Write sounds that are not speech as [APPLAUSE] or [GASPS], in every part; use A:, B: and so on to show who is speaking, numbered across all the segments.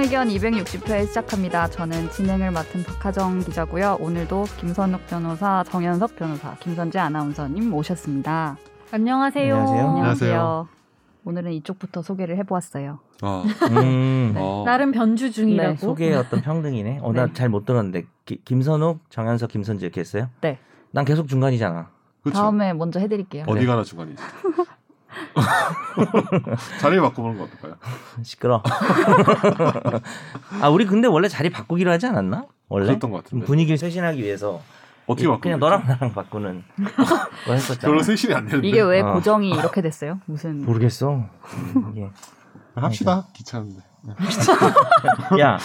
A: 의견 260회 시작합니다. 저는 진행을 맡은 박하정 기자고요. 오늘도 김선욱 변호사, 정현석 변호사, 김선재 아나운서님 모셨습니다. 안녕하세요.
B: 안녕하세요.
C: 안녕하세요.
A: 오늘은 이쪽부터 소개를 해보았어요.
C: 아,
B: 음,
C: 어.
D: 나름 변주 중이라고.
A: 네,
B: 소개의 어떤 평등이네. 어, 나
A: 네.
B: 잘 못 들었는데 기- 김선욱, 정현석, 김선재 이렇게 했어요?
A: 네.
B: 난 계속 중간이잖아.
C: 그쵸.
A: 다음에 먼저 해드릴게요. 네.
C: 어디 [LAUGHS] 가나 중간이지. 자리를 바꿔보는 거 어떨까요?
B: 시끄러. [LAUGHS] 아 우리 근데 원래 자리 바꾸기로 하지 않았나? 원래
C: 그랬던 것 같은데.
B: 분위기를 쇄신하기 위해서
C: 어떻게 바꿔?
B: 그냥 너랑 나랑
C: [LAUGHS]
B: 바꾸는 거 했었잖아.
C: 별로 세신이 안 되는데.
A: 이게 왜
B: 아.
A: 고정이 이렇게 됐어요? 무슨
B: 모르겠어. 이게.
C: 합시다.
B: 네.
C: 귀찮은데.
B: 야,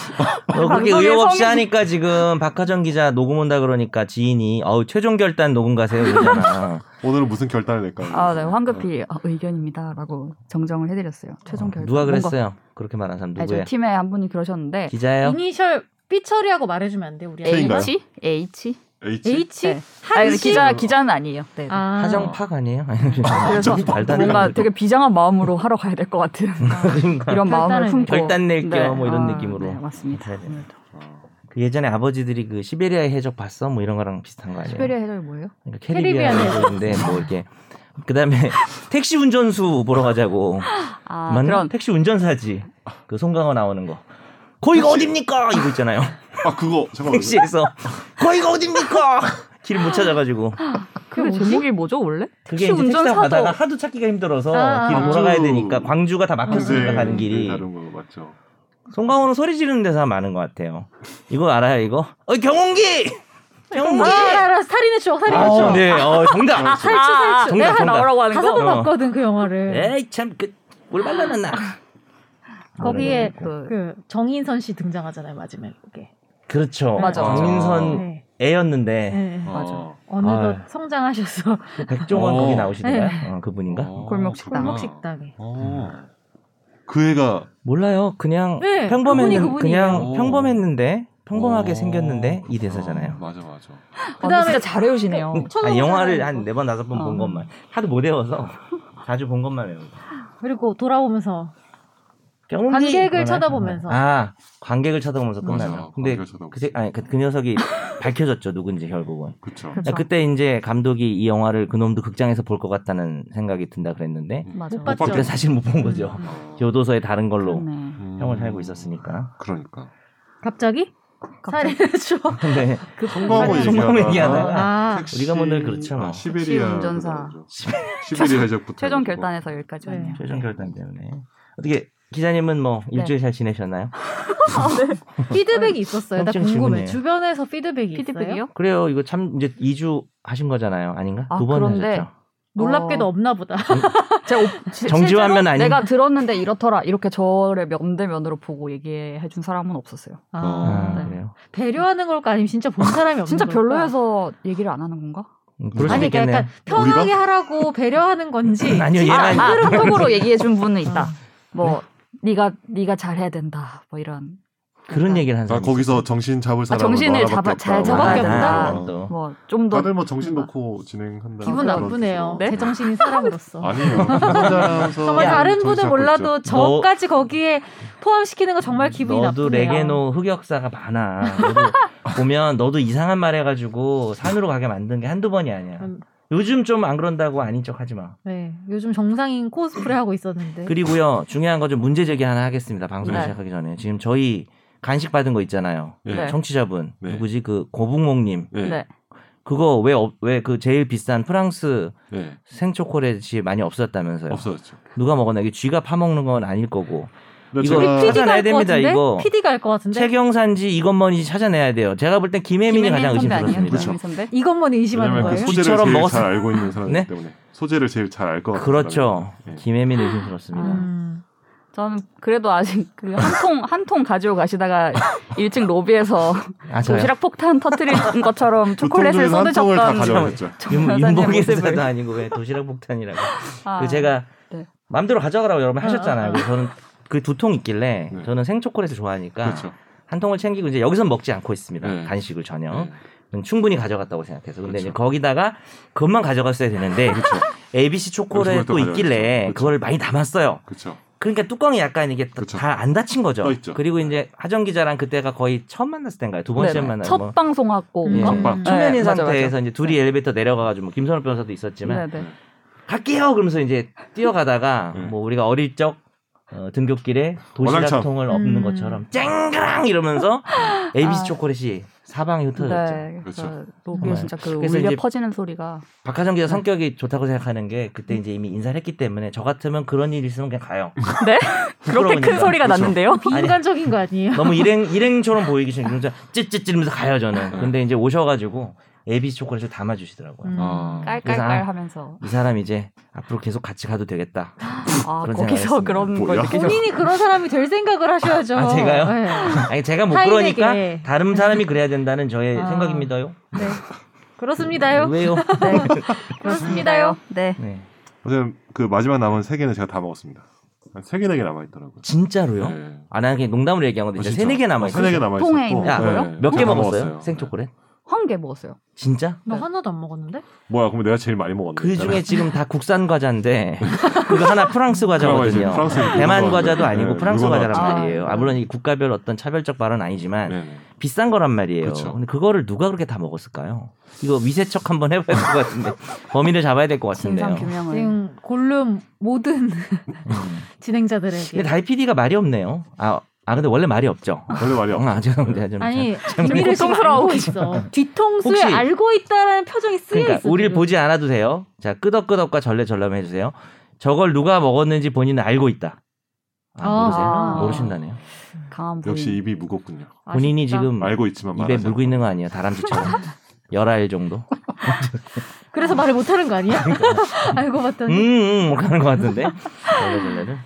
B: 너 그렇게
A: 방송에
B: 의욕 없이
A: 성의-
B: 하니까 지금 박하정 기자 녹음 온다 그러니까 지인이 어우 최종 결단 녹음 가세요 이러잖아.
C: 오늘은 무슨 결단을 낼까요?
A: 아, 네, 황급히 아, 의견입니다라고 정정을 해드렸어요. [LAUGHS] 최종
B: 어,
A: 결정.
B: 누가
A: 뭔가-
B: 그랬어요? 그렇게 말한 사람
A: 아니, 저희
B: 누구예요?
A: 팀에 한 분이 그러셨는데
B: 기자예요?
D: 이니셜 삐 처리하고 말해주면 안 돼, 우리
C: K인가요?
D: 아이가?
A: H H.
C: H.
D: H?
A: 네. 아니,
D: 한시?
A: 기자 기자는 아니에요. 네. 네.
D: 아.
B: 하정팍 아니에요? [LAUGHS]
A: 그래서
B: 발단을
A: 뭔가
B: 하는
A: 되게 비장한 마음으로 하러 가야 될 것
B: [LAUGHS]
A: 같은
B: 그러니까
A: 이런 마음을
D: 결단을
A: 품고
B: 결단 낼게요, 뭐 이런
A: 아,
B: 느낌으로.
A: 네, 맞습니다.
B: 네, 네.
A: 오늘도.
C: 아,
B: 그 예전에 아버지들이 그 시베리아의 해적 봤어? 뭐 이런 거랑 비슷한 거 아니에요?
A: 시베리아 해절 뭐예요?
B: 그러니까 캐리비안
D: 캐리비안
B: 해적인데 뭐 이렇게 그다음에 [LAUGHS] 택시 운전수 보러 가자고
A: 아
B: 맞나?
A: 그런
B: 택시 운전사지 그 송강호 나오는 거 거기가 어딥니까?
A: [LAUGHS]
B: 이거 있잖아요
C: 아, 그거 잠깐만.
B: 택시에서 거기가 어딥니까? 길 못
A: [GASPS]
B: 찾아가지고
A: 그게
D: 뭐지?
A: 제목이 뭐죠 원래? 택시
B: 그게 이제 택시타고
A: 운전사도
B: 가다가 하도 찾기가 힘들어서
D: 아,
B: 길
D: 아.
B: 돌아가야 되니까 광주가 다 막혔으니까
C: 네,
B: 가는
C: 네,
B: 길이
C: 다른 거 맞죠.
B: 송강호는 소리 지르는 데서 많은 것 같아요. 이거 알아요, 이거? 어, 경운기! 경운기!
D: 아, 알아, 살인의 추억, 살인의
C: 아,
D: 추억.
B: 네, 어, 정답!
D: 그렇죠. 아, 살추, 살추.
B: 정답,
A: 내가
B: 정답.
A: 네, 나오라고 하는
D: 다섯
A: 거.
D: 번
B: 어.
D: 봤거든, 그 영화를.
B: 에이, 참, 그, 뭘 발라놨나? 네.
D: 거기에
A: 그
D: 그 정인선 씨 등장하잖아요, 마지막에. 그게.
B: 그렇죠.
A: 맞아, 맞아.
B: 정민선
D: 네.
B: 애였는데,
D: 네.
A: 맞아.
C: 어.
D: 어느덧
B: 아유.
D: 성장하셔서
B: 그 백종원
C: 어.
B: 거기
D: 네.
B: 나오시던가요? 어, 그분인가? 음.
C: 어,
A: 골목 식당.
C: 그렇구나.
D: 골목 식당에.
C: 어. 그 애가
B: 몰라요. 그냥
D: 네,
B: 평범했는,
D: 그분이
B: 그냥
C: 그분이에요.
B: 평범했는데, 평범하게
C: 어,
B: 생겼는데, 이
C: 그렇구나.
B: 대사잖아요.
C: 맞아, 맞아.
A: 다음에
D: 그다음에-
A: 진짜 잘 외우시네요.
B: 아니,
D: 천호랑
B: 영화를
D: 사랑하는
B: 한
D: 거.
B: 네 번, 다섯 번 본
A: 어.
B: 것만. 하도 못 외워서, [LAUGHS] 자주 본 것만 외우고.
D: 그리고 돌아오면서
B: 경운기!
D: 관객을
B: 그러나?
D: 쳐다보면서.
B: 아 관객을 쳐다보면서 끝나면
C: 맞아,
B: 근데
C: 관객을 쳐다보면서.
B: 그, 새- 아니, 그, 그 녀석이 밝혀졌죠 누군지 결국은
C: 그쵸.
A: 그쵸.
B: 그때 이제 감독이 이 영화를 그놈도 극장에서 볼 것 같다는 생각이 든다 그랬는데
A: 맞아.
D: 못 봤죠.
B: 그때 사실 못 본 거죠
D: 음.
B: 교도소에 다른 걸로
A: 그렇네.
C: 음.
B: 형을 살고 있었으니까 [LAUGHS]
C: 그러니까.
D: 갑자기
A: 갑자기
D: 살인의 추억.
B: 근데
A: 그
C: 송강호
B: 살인-
C: 얘기하다가
B: 송강호 얘기하다가
D: 아,
C: 택시-
B: 우리가 오늘 그렇잖아.
C: 아, 시베리아
A: 택시 운전사.
C: 그거죠. 시베리아 해적부터
A: 최종
C: 해가지고.
A: 결단에서 여기까지
D: 네.
A: 왔네요.
B: 최종 결단 때문에 어떻게 기자님은 뭐 일주일 잘 지내셨나요?
D: 피드백이 있었어요. 나
B: 엄청
D: 궁금해.
B: 질문이에요.
D: 주변에서 피드백이 있어요?
A: 피드백이요?
B: 그래요 이거 참 이제 2주 하신 거잖아요 아닌가?
A: 아,
B: 두 번
A: 그런데
B: 하셨죠
D: 놀랍게도
A: 어.
D: 없나 보다.
A: 제가
B: [LAUGHS]
A: 오- 시-
B: 정지화면
A: 실제로
B: 아닌-
A: 내가 들었는데 이렇더라 이렇게 저를 면대면으로 보고 얘기해 준 사람은 없었어요.
D: 아,
C: 어.
B: 아,
A: 네.
B: 그래요?
D: 배려하는 걸까 아니면 진짜 본 사람이
A: [LAUGHS]
D: 없는
A: 진짜
D: 걸까?
A: 별로여서 얘기를 안 하는 건가?
B: 음, 그럴 수도
D: 아니 그러니까
B: 있겠네요
D: 약간 편하게
C: 우리가?
D: 하라고 배려하는 건지
B: [LAUGHS] 아니요 얘는 음.
A: 아,
B: 아니-
A: 아,
B: [LAUGHS]
A: 그쪽으로 얘기해 준 분은 있다. 뭐 네가 네가 잘해야 된다. 뭐 이런
B: 그런 얘기를 한
C: 아,
B: 사람
C: 거기서 정신 잡을 사람
A: 정신을 잡아- 잘
D: 잡아야 된다.
B: 또.
A: 뭐 좀 더
C: 다들 뭐 정신 놓고 진행한다.
D: 기분
B: 그렇죠.
A: 아,
D: 나쁘네요.
A: 네?
D: 제 정신이 사람으로서.
C: 아니에요. 혼자서
D: 정말
B: 야,
D: 다른 분은 몰라도 저까지 거기에 포함시키는 거 정말 기분이
B: 너도
D: 나쁘네요.
B: 레게노 흑역사가 많아. 너도 보면 너도 이상한 말 해가지고 산으로 가게 만든 게 한두 번이 아니야.
D: 음.
B: 요즘 좀 안 그런다고 아닌 척 하지 마.
D: 네, 요즘 정상인 코스프레 하고 있었는데.
B: 그리고요, 중요한 거 좀 문제 제기 하나 하겠습니다. 방송
A: 네.
B: 시작하기 전에. 지금 저희 간식 받은 거 있잖아요.
C: 네.
A: 네.
B: 청취자분.
C: 네.
B: 누구지? 그 고북몽님.
C: 네.
A: 네.
C: 네.
B: 그거 왜, 왜 그 제일 비싼 프랑스 생초콜릿이 많이 없었다면서요.
C: 네, 없어졌죠.
B: 누가 먹었나? 이게 쥐가 파먹는 건 아닐 거고.
C: 근데
B: 이거
C: 제가
D: PD 가
B: 찾아내야
D: 할것
B: 어, 됩니다,
D: 같은데?
B: 이거.
D: PD 가 할것 같은데.
B: 최경산지 이건만인지 찾아내야 돼요. 제가 볼 땐 김혜민이 가장
A: 김혜민 선배 아니에요?
B: 의심스럽습니다.
C: 그렇죠.
A: 김혜민 선배?
D: 이것만 의심하는
C: 왜냐면 그
D: 거예요?
C: 소재를 제일
B: 쥐처럼 먹었어.
C: 잘 알고 있는 사람이기
B: 네?
C: 때문에 소재를 제일 잘 알 것 같아요.
B: 그렇죠.
C: 네.
B: 김혜민 의심스럽습니다.
A: 아.
D: 음.
A: 저는 그래도 아직 그 한 통 한 통 가지고
B: [LAUGHS]
A: 가시다가 1층 로비에서
B: 아, 저요?
A: 도시락 폭탄
B: [LAUGHS]
A: 터뜨린 것처럼 초콜릿을
C: 두통중에서 한 통을 다
A: 쏟으셨던
C: 가져가셨죠.
B: 윤-
A: 선생님
B: 윤복의사도
A: 모습을.
B: [LAUGHS] 아니고 왜 도시락 폭탄이라고.
A: 아,
B: 그 제가
A: 네.
B: 마음대로 가져가라고 여러분
D: 아,
B: 하셨잖아요.
D: 아, 아.
B: 그래서 저는 그 두 통 있길래
C: 네.
B: 저는 생초콜릿을 좋아하니까
C: 그렇죠.
B: 한 통을 챙기고 이제 여기선 먹지 않고 있습니다.
C: 네.
B: 간식을 전혀.
C: 네.
B: 충분히 가져갔다고 생각해서. 근데 이제
C: 그렇죠.
B: 거기다가 그것만 가져갔어야 되는데
C: 그렇죠.
B: ABC 초콜릿도
C: 그것도
B: 있길래
C: 가져갔죠.
B: 그걸 많이 담았어요.
C: 그렇죠.
B: 그러니까 뚜껑이 약간 이게
C: 그쵸.
B: 다 안 닫힌 거죠.
C: 그렇죠. 떠 있죠. 네.
B: 그리고 이제 하정 기자랑 그때가 거의 처음 만났을 때인가요? 두 번째
A: 네네.
B: 만나.
A: 첫
B: 뭐
A: 방송하고
D: 음.
A: 온 거?
D: 첫 방.
A: 네,
B: 초면인
A: 맞아,
B: 상태에서
A: 맞아.
B: 이제 둘이 엘리베이터 내려가가지고 뭐 김선호 변호사도 있었지만
A: 네네.
B: 갈게요 그러면서 이제 뛰어가다가
C: 네.
B: 뭐 우리가 어릴 적 어, 등굣길에
C: 어랑참.
B: 도시락통을 엎는
D: 음.
B: 것처럼 쨍그랑 이러면서 ABC
A: 아.
B: 초콜릿이 사방에 흩어졌죠.
A: 네, 그래서
C: 그렇죠.
A: 로비에
B: 네.
A: 진짜 그
B: 그래서
A: 울려
B: 이제
A: 퍼지는 소리가
B: 박하정
A: 네.
B: 기자 성격이 좋다고 생각하는 게 그때 이제 이미 인사를 했기 때문에 저 같으면 그런 일 있으면 그냥
A: [LAUGHS]
B: 가요.
A: 네? 그렇게
B: 부끄러우니까.
A: 큰 소리가
C: 그렇죠.
A: 났는데요.
D: 인간적인 거
B: [LAUGHS]
D: 아니에요?
B: 너무 일행 일행처럼 보이기 싫은 진짜 찌찌찌면서 가요 저는. 근데 이제 오셔가지고 ABC 초콜릿을 담아주시더라고요.
D: 음.
C: 아.
A: 깔깔깔
B: [LAUGHS]
A: 하면서
B: 이 사람 이제 앞으로 계속 같이 가도 되겠다.
A: 아
B: 그런
A: 거기서
B: 생각을
A: 그런 걸
C: 뭐야?
A: 느끼셨어요.
D: 본인이 그런 사람이 될 생각을 하셔야죠.
B: 아, 제가요?
D: 네.
B: 아니 제가 못
D: 타인에게.
B: 그러니까 다른 사람이 그래야 된다는 저의
D: 아.
B: 생각입니다요.
D: 네. 그렇습니다요. [LAUGHS]
B: 왜요?
A: 네,
D: 그렇습니다요.
A: 네.
B: [LAUGHS] 네.
C: 어쨌든 그 마지막 남은 세 개는 제가 다 먹었습니다. 한세 개나 개 남아 있더라고요.
B: 진짜로요?
C: 네.
B: 아 나는 그냥 농담으로 얘기한 건데
C: 아,
B: 이제
C: 진짜?
B: 세네 개
C: 어,
B: 남아 있어.
C: 세네 개 남아 있었고.
A: 통에 있는
C: 네,
A: 거예요?
C: 네,
B: 몇 개
C: 제가
B: 먹었어요? 생초콜릿?
A: 한 개 먹었어요.
B: 진짜?
D: 나
A: 네.
D: 하나도 안 먹었는데?
C: 뭐야? 그럼 내가 제일 많이 먹었네.
B: 그 중에 지금 다 국산 과자인데 [LAUGHS] 그거 하나 프랑스 과자거든요.
C: 프랑스
B: 대만 과자도 아니고 프랑스 과자란
A: 아.
B: 말이에요. 아 물론 이 국가별 어떤 차별적 발언 아니지만
C: 네.
B: 비싼 거란 말이에요.
C: 그쵸.
B: 근데 그거를 누가 그렇게 다 먹었을까요? 이거 위세척 한번 해봐야 될 것
D: [LAUGHS]
B: 같은데 범인을 잡아야 될 것
A: 진상
B: 같은데요.
A: 규명을.
D: 지금 골룸
B: [LAUGHS]
D: 모든
B: 음.
D: 진행자들에게.
B: 근데 다이 PD가 말이 없네요. 아, 아 근데 원래 말이 없죠.
C: 원래 말이야.
B: 아 죄송합니다. 좀
D: 아니 비밀을 지금
A: 고통스러워하고
D: 알고 있어. 뒤통수에
B: 혹시-
D: 알고 있다라는 표정이 쓰여
B: 그러니까
D: 있어.
B: 우리를
D: 지금.
B: 보지 않아도 돼요. 자 끄덕끄덕과 절레절람 해주세요. 저걸 누가 먹었는지 본인은 알고 있다. 아,
D: 아.
B: 모르세요?
A: 아.
B: 모르신다네요.
A: 강한 부인.
C: 역시 입이 무겁군요.
B: 본인이
A: 아쉽다.
B: 지금
C: 알고 있지만
B: 음. 입에
C: 말하지
B: 물고 있는 거 아니에요?
D: [LAUGHS]
B: 다람쥐처럼 열알 정도.
D: 그래서 말을 못하는 거 아니야? [LAUGHS] 알고
B: 그러니까.
D: 봤더니
B: 음, 음 하는 것 같은데. 절레절레는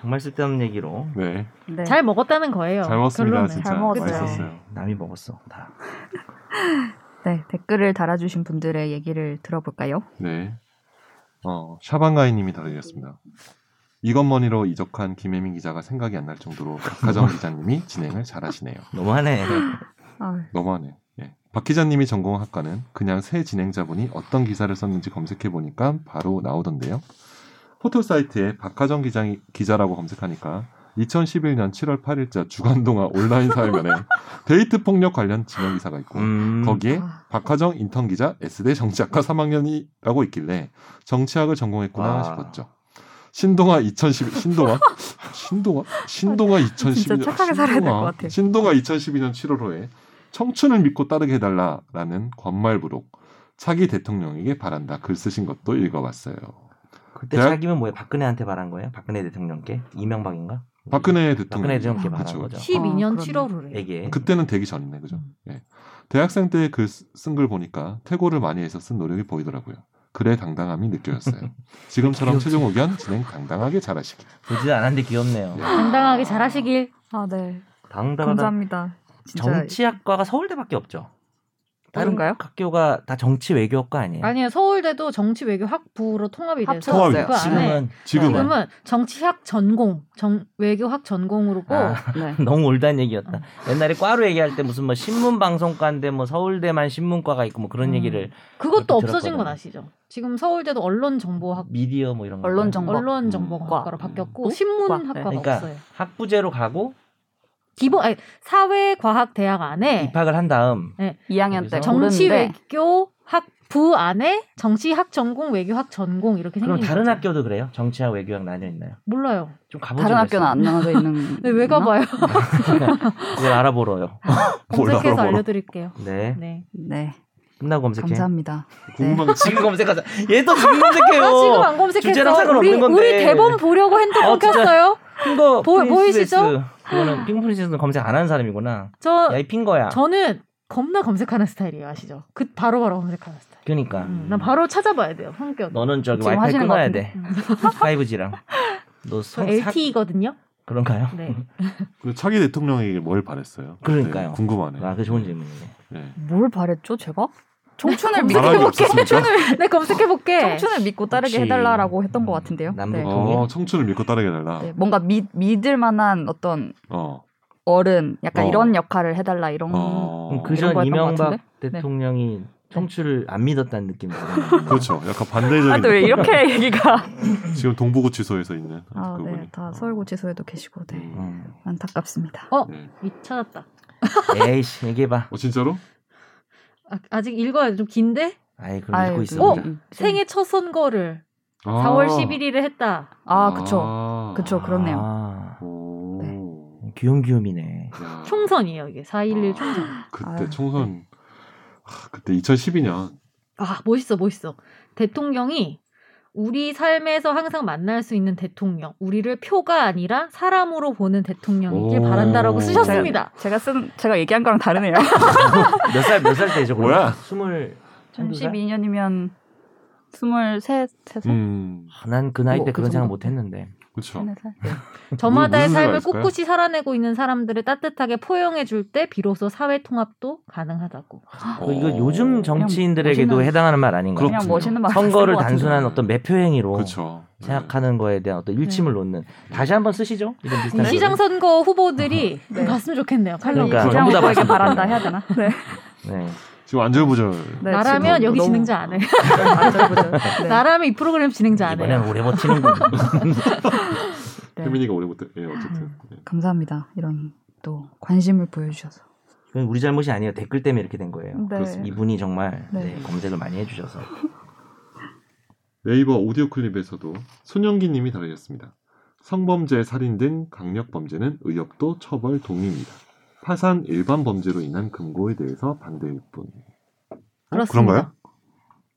B: 정말 쓸데없는 얘기로
C: 않아요. 네.
A: 네.
D: 잘 먹었다는 거예요.
C: 잘 먹었습니다.
D: 결론은.
C: 진짜
A: 잘 먹었어요.
C: 맛있었어요.
B: 남이 먹었어 다.
A: 네, 댓글을 달아주신 분들의 얘기를 들어볼까요?
C: 네. 어, 샤방가이님이 달아주셨습니다. 이것머니로 이적한 김혜민 기자가 생각이 안 날 정도로
B: [LAUGHS]
C: 박하정 기자님이 진행을 잘하시네요.
B: 너무하네.
A: 아,
C: 너무하네. 예. 박 기자님이 전공한 학과는 그냥 새 진행자분이 어떤 기사를 썼는지 검색해 보니까 바로 나오던데요. 포털 사이트에 박하정 기자, 기자라고 검색하니까 2011년 7월 8일자 주간동화 온라인 사회면에 데이트 폭력 관련 진행 기사가 있고
B: 음,
C: 거기에
A: 아,
C: 박하정 인턴 기자 S대 정치학과 3학년이라고 있길래 정치학을 전공했구나
B: 와.
C: 싶었죠. 신동아 2011 신동아
A: [LAUGHS]
C: 신동아 신동아 2011년
A: 진짜 착하게 살아야 될것
C: 신동아.
A: 같아.
C: 신동아 2012년 7월호에 청춘을 믿고 따르게 해달라라는 권말부록 차기 대통령에게 바란다 글 쓰신 것도 읽어봤어요.
B: 그때
C: 대학-
B: 자기면 뭐예요? 박근혜한테 바란 거예요? 박근혜 대통령께 이명박인가?
C: 박근혜 대통령
B: 음. 박근혜 대통령께
C: 그쵸,
B: 바란
C: 그쵸.
B: 거죠.
D: 12년
A: 아,
D: 7월호래.
B: 에게
C: 그때는 되기 전이네 그죠?
D: 음.
C: 예. 대학생 때 그 쓴 걸 보니까 태고를 많이 해서 쓴 노력이 보이더라고요. 그래 당당함이 느껴졌어요. 지금처럼
B: 귀엽지.
C: 최종 의견 진행 당당하게 잘하시길.
B: 보지도 않았는데 귀엽네요.
C: 예.
D: 당당하게 잘하시길.
A: 아, 네.
B: 당당하다.
A: 감사합니다. 진짜
B: 정치학과가 서울대밖에 없죠. 다른
A: 다른가요?
B: 학교가 다 정치 외교학과 아니에요?
D: 아니에요. 서울대도 정치 외교 학부로 통합이 돼서
A: 합쳐졌어요.
D: 그 안에
B: 지금은 [LAUGHS] 네.
C: 지금은
D: 지금은 정치학 전공, 정 외교학 전공으로고
B: 아,
A: 네.
B: 너무 올드한 얘기였다. 옛날에 과로 얘기할 때 무슨 뭐 신문 방송과인데 뭐 서울대만 신문과가 있고 뭐 그런
D: 음.
B: 얘기를
D: 그것도
B: 그렇게
D: 없어진 건
B: 들었거든요.
D: 아시죠? 지금 서울대도 언론 정보학
B: 미디어 뭐 이런 거
A: 언론 정보.
D: 언론
A: 과.
B: 음.
A: 또?
D: 정보학과로 바뀌었고 신문학과가
A: 과. 네.
B: 그러니까
D: 없어요.
B: 학부제로 가고
D: 기본 아니, 사회과학대학
A: 네.
D: 안에 네,
B: 입학을 한 다음
A: 2학년 때
D: 정치
A: 모르는데
D: 외교 학부 안에 정치학 전공 외교학 전공 이렇게
B: 그럼
D: 생긴
B: 다른
D: 거죠.
B: 학교도 그래요? 정치학 외교학 나뉘어 있나요?
D: 몰라요.
B: 좀 가보죠.
A: 다른 학교는 안 나눠져 있는. [LAUGHS]
D: 근데 왜
A: 거구나?
B: [LAUGHS]
D: 가봐요?
B: 그걸 알아보러요.
C: 몰라,
D: 검색해서
C: 몰라.
D: 알려드릴게요.
B: 네.
D: 네.
A: 네,
B: 끝나고 검색해.
A: 감사합니다.
C: 궁금한 게
B: 지금 검색하자. 얘도 지금 검색해요.
A: 아,
D: 나 아, 지금 안 검색했어.
B: 아, 주제랑 상관없는
D: 우리,
B: 건데.
D: 우리 대본 보려고 핸드폰
B: 어, 진짜.
D: 켰어요.
B: 핑거
D: 보-
B: 프린세스.
D: 보이시죠?
B: 그거는 핑거 프린세스는 검색 안 하는 사람이구나.
D: 저
A: 어,
B: 야, 이 핑거야.
D: 저는 겁나 검색하는 스타일이에요, 아시죠? 그 바로바로 검색하는 스타일.
B: 그러니까.
D: 음, 난 바로 찾아봐야 돼요, 성격.
B: 너는 저기
A: 지금
B: 와이파이
A: 하시는
B: 끊어야
A: 것
B: 돼. [LAUGHS]
D: 음.
B: 5G랑. 너
D: 저
B: 성, 사-
D: LTE거든요.
B: 그런가요?
D: 네.
C: 그 차기 대통령에게 뭘 바랬어요?
B: 그러니까요.
C: 네, 궁금하네.
B: 아, 그 좋은 질문이네.
C: 네.
A: 뭘 바랬죠, 제가?
B: 아,
A: 청춘을 믿고
C: 바람이
A: 해볼게. 아,
C: 없었습니까?
D: 네, 검색해 볼게.
A: 청춘을 믿고 따르게
B: 혹시
A: 해달라라고 했던 것 같은데요.
B: 남북
A: 네.
C: 어, 청춘을 믿고 따르게 달라.
A: 네, 뭔가 믿, 믿을 만한 어떤
C: 어.
A: 어른, 약간
C: 어.
A: 이런 역할을 해달라 이런
C: 어.
B: 그
A: 이런 거였던
B: 전
A: 것
B: 이명박
A: 같은데? 네.
B: 대통령이 통출을 안 믿었다는
A: [LAUGHS]
B: 느낌이 들어요.
C: [LAUGHS] 그렇죠. 약간 반대적인.
A: 아 또 왜
C: 느낌.
A: 이렇게 얘기가
C: [LAUGHS] 지금 동부구치소에서 있는
A: 아, 네.
C: 그분이. 어.
A: 다 서울구치소에도 계시고 네.
C: 음.
B: 음.
A: 안타깝습니다.
D: 어?
C: 네.
D: 이 찾았다.
B: 에이씨 얘기해봐.
C: 어 진짜로?
D: 아, 직 읽어야 돼. 좀 긴데?
B: 아이 그걸
A: 아이고,
B: 읽고 있어.
A: 음, 음.
D: 생애 첫 선거를
C: 아.
D: 4월 11일에 했다.
A: 아, 그쵸.
C: 아.
A: 그쵸. 그렇네요.
B: 아,
C: 오.
B: 귀염귀염이네.
C: 야.
D: 총선이에요, 이게. 4.11
C: 아.
D: 총선.
C: 그때
A: 아유.
C: 총선 아, 그때 2012년
D: 아, 멋있어, 멋있어. 대통령이 우리 삶에서 항상 만날 수 있는 대통령, 우리를 표가 아니라 사람으로 보는 대통령이길
C: 오.
D: 바란다라고 쓰셨습니다.
A: 제가, 제가 쓴 제가 얘기한 거랑 다르네요.
B: 몇 살 몇 살 때죠?
C: 뭐야?
B: 스물. 한두 살?
A: 2012년이면 23, 3살?
C: 음
B: 아, 난그 나이
A: 뭐,
B: 때
A: 그
B: 그런 생각
A: 정도?
B: 못 했는데.
C: 그렇죠
A: 네, 살.
D: 저마다의
C: 무슨
D: 삶을
C: 생각일까요?
D: 꿋꿋이 살아내고 있는 사람들을 따뜻하게 포용해 줄 때 비로소 사회 통합도 가능하다고.
C: 어.
B: 그 이거 요즘 정치인들에게도
A: 그냥 멋있는-
B: 해당하는 말 아닌가요?
A: 그냥
C: 그렇군요.
A: 멋있는 말
B: 선거를 단순한 어떤 매표 행위로
C: 그렇죠
B: 생각하는 거에 대한 어떤 일침을
A: 네.
B: 놓는 다시 한번 쓰시죠 이런 비슷한 거를.
D: 시장 선거 후보들이
A: 네.
D: 봤으면 좋겠네요. 칼럼.
B: 그러니까
A: 그냥
B: 전부 다
A: 오빠에게
B: 봤으면
A: 바란다 해야 되나? 네.
B: 네.
C: 지금 안절부절
A: 네,
D: 나라면
A: 지금
D: 여기
A: 너무-
D: 진행자 안 해.
A: 완전 그죠. 네.
D: 나라면 이 프로그램 진행자 안 해.
B: 이번엔
A: [LAUGHS]
B: 오래 버티는군
A: 네.
C: 혜민이가 오래 못해 예
D: 음.
C: 어쨌든 네.
A: 감사합니다. 이런 또 관심을 보여주셔서.
B: 이건 우리 잘못이 아니에요 댓글 때문에 이렇게 된 거예요
C: 그렇습니다.
B: 이분이 정말
A: 네.
B: 네, 검색을 많이 해주셔서
C: 네이버 오디오 클립에서도 손영기님이 다루셨습니다. 성범죄, 살인 등 강력 범죄는 의협도 처벌 동의입니다. 파산 일반 범죄로 인한 금고에 대해서 반대일 뿐. 어,
D: 그렇습니다.
C: 그런가요?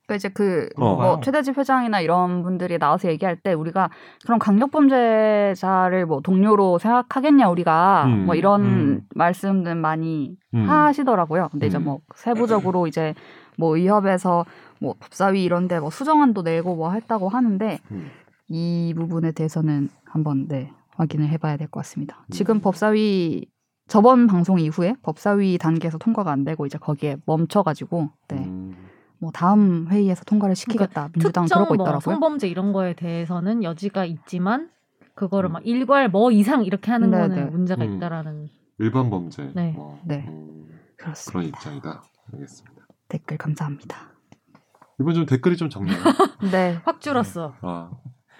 A: 그러니까 이제 그
C: 어.
A: 뭐 최대집 회장이나 이런 분들이 나와서 얘기할 때 우리가 그런 강력범죄자를 뭐 동료로 생각하겠냐 우리가
C: 음,
A: 뭐 이런
B: 음.
A: 말씀들 많이
C: 음.
A: 하시더라고요. 근데 이제
C: 음.
A: 뭐 세부적으로 이제 뭐 의협에서 뭐 법사위 이런데 뭐 수정안도 내고 뭐 했다고 하는데
C: 음.
A: 이 부분에 대해서는 한번 네 확인을 해봐야 될 것 같습니다.
C: 음.
A: 지금 법사위 저번 방송 이후에 법사위 단계에서 통과가 안 되고 이제 거기에 멈춰가지고 네
C: 음.
A: 뭐 다음 회의에서 통과를 시키겠다 민주당
D: 특정
A: 그러고
D: 뭐
A: 있더라고요.
D: 성범죄 이런 거에 대해서는 여지가 있지만 그거를
C: 음.
D: 막 일괄 뭐 이상 이렇게 하는
A: 네,
D: 거는
A: 네.
D: 문제가
C: 음.
D: 있다라는
C: 일반 범죄.
D: 네.
C: 뭐,
A: 네.
C: 음,
A: 그렇습니다.
C: 그런 입장이다. 알겠습니다.
A: 댓글 감사합니다.
C: 이번 좀 댓글이 좀 적네요.
A: [LAUGHS] 네.
D: 확 줄었어.
C: 아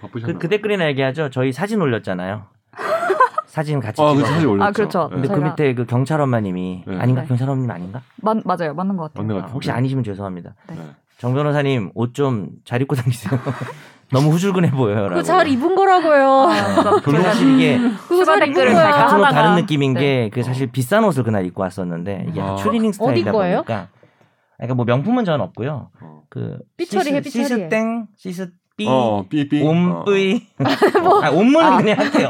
C: 바쁘셨나요?
B: 그, 그 댓글이나 얘기하죠 저희
A: [LAUGHS]
B: 사진 올렸잖아요 사진 같이
C: 아
B: 찍어
C: 그렇죠. 사진 올렸죠.
A: 아, 그렇죠.
B: 근데
A: 저희가-
B: 그 밑에 그 경찰 엄마님이
C: 네.
B: 아닌가
A: 네.
B: 경찰 엄마님 아닌가
A: 맞, 맞아요. 맞는 것 같아요.
C: 맞는 것 예.
B: 아,
C: 같은데.
B: 혹시 아니시면 죄송합니다
C: 네.
B: 정 변호사님 옷 좀 잘 입고 다니세요 [LAUGHS] 너무 후줄근해 보여요
D: 그거 잘 입은 거라고요.
A: 아,
B: 별로 사실 이게
D: 그거
A: 추가
D: 잘 입은
A: 댓글을
D: 거야.
B: 음. 같은 옷 다른
A: 하다가-
B: 느낌인
A: 네.
B: 게 그 사실 비싼 옷을 그날 입고 왔었는데 이게
C: 아.
B: 추리닝 스타일이다
D: 거예요?
B: 보니까 그러니까 뭐 명품은 저는 없고요.
C: 어.
B: 그
D: 삐처리해,
B: 시스-
D: 삐처리해.
B: 시스땡 시스삐
C: 어 삐삐. 어.
B: 옴뿌이 [LAUGHS]
D: [LAUGHS] 뭐.
B: 아, 옴무는
A: 아.
B: 그냥 할게요.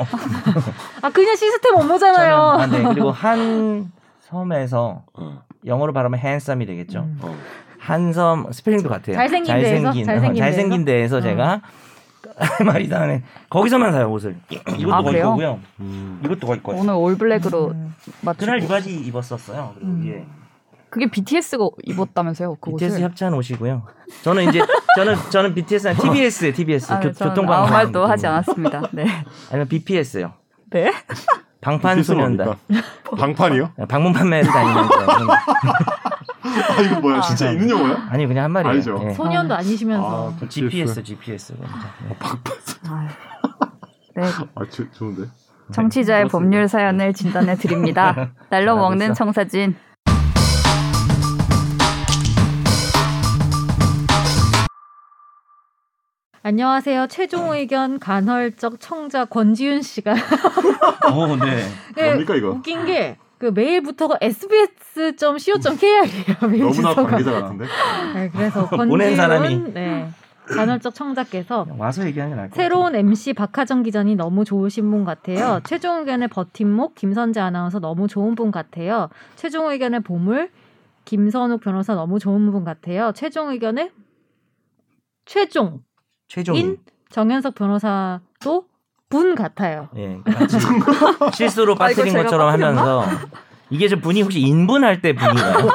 D: 아 그냥 시스템
B: 저는
D: 업무잖아요.
B: 아, 네. 그리고 한 섬에서
C: 어.
B: 영어로 발음하면 핸섬이 되겠죠.
D: 음.
C: 어.
B: 한섬 스펠링도 같아요.
D: 잘생긴 데에서? 잘생긴
B: 잘생긴 데에서
D: 어.
B: 제가 [LAUGHS] 말이 다네 거기서만 사요 옷을. 이것도
A: 아,
B: 거기
A: 그래요?
B: 거고요.
C: 음.
B: 이것도 거기 거예요.
A: 오늘 올블랙으로 맞추고
B: 그날 이 바지 입었었어요. 그리고
D: 음.
B: 위에
A: 그게 BTS가 입었다면서요? 그
B: BTS
A: 옷을.
B: 협찬 오시고요.
A: [LAUGHS]
B: 저는 이제 저는 저는 BTS나 TBS에 TBS
A: 아,
B: 교,
A: 저는
B: 그 교통방송
A: 아무 말도 하지 않았습니다. 네.
B: 아니면 BPS요.
A: [LAUGHS] 네.
B: 방판 소년단. 네, [LAUGHS]
C: 뭡니까? 방판이요?
B: 방문 판매를 다니는 [LAUGHS] 그런.
C: 아 이거 뭐야? 진짜 있는 용어야?
B: 아니 그냥 한 말이에요.
C: 알죠.
B: 예.
D: 소년도 아니시면서
C: 아,
B: GPS GPS.
A: 아유. 네.
C: 아 주, 좋은데.
A: 정치자의
B: 그렇습니다.
A: 법률 사연을 진단해
B: [LAUGHS]
A: 드립니다. 날로
B: 잘하고
A: 먹는
B: 있어.
A: 청사진.
D: 안녕하세요. 최종 의견 간헐적 청자 권지윤 씨가
B: 오 네.
C: 뭡니까 이거?
D: 웃긴 게 그 메일부터가 sbs.co.kr이에요. 메일
C: 너무나
D: 주소가.
C: 관계자 같은데.
D: 네, 그래서
B: [LAUGHS] 보낸 사람이.
D: 권지윤 네, 간헐적 청자께서
B: 와서 얘기하는 게 나을 것
D: 새로운 MC 박하정 기자님 너무 좋으신 분 같아요. 최종 의견의 버팀목 김선재 아나운서 너무 좋은 분 같아요. 최종 의견의 보물 김선욱 변호사 너무 좋은 분 같아요. 최종 의견의 최종
B: 최종인.
D: 인? 정현석 변호사도 분 같아요.
B: 예. 같이 실수로 빠뜨린
A: 아, 제가
B: 것처럼
A: 빠뜨렸나?
B: 하면서 이게 저 분이 혹시 인분할 때 분인가요?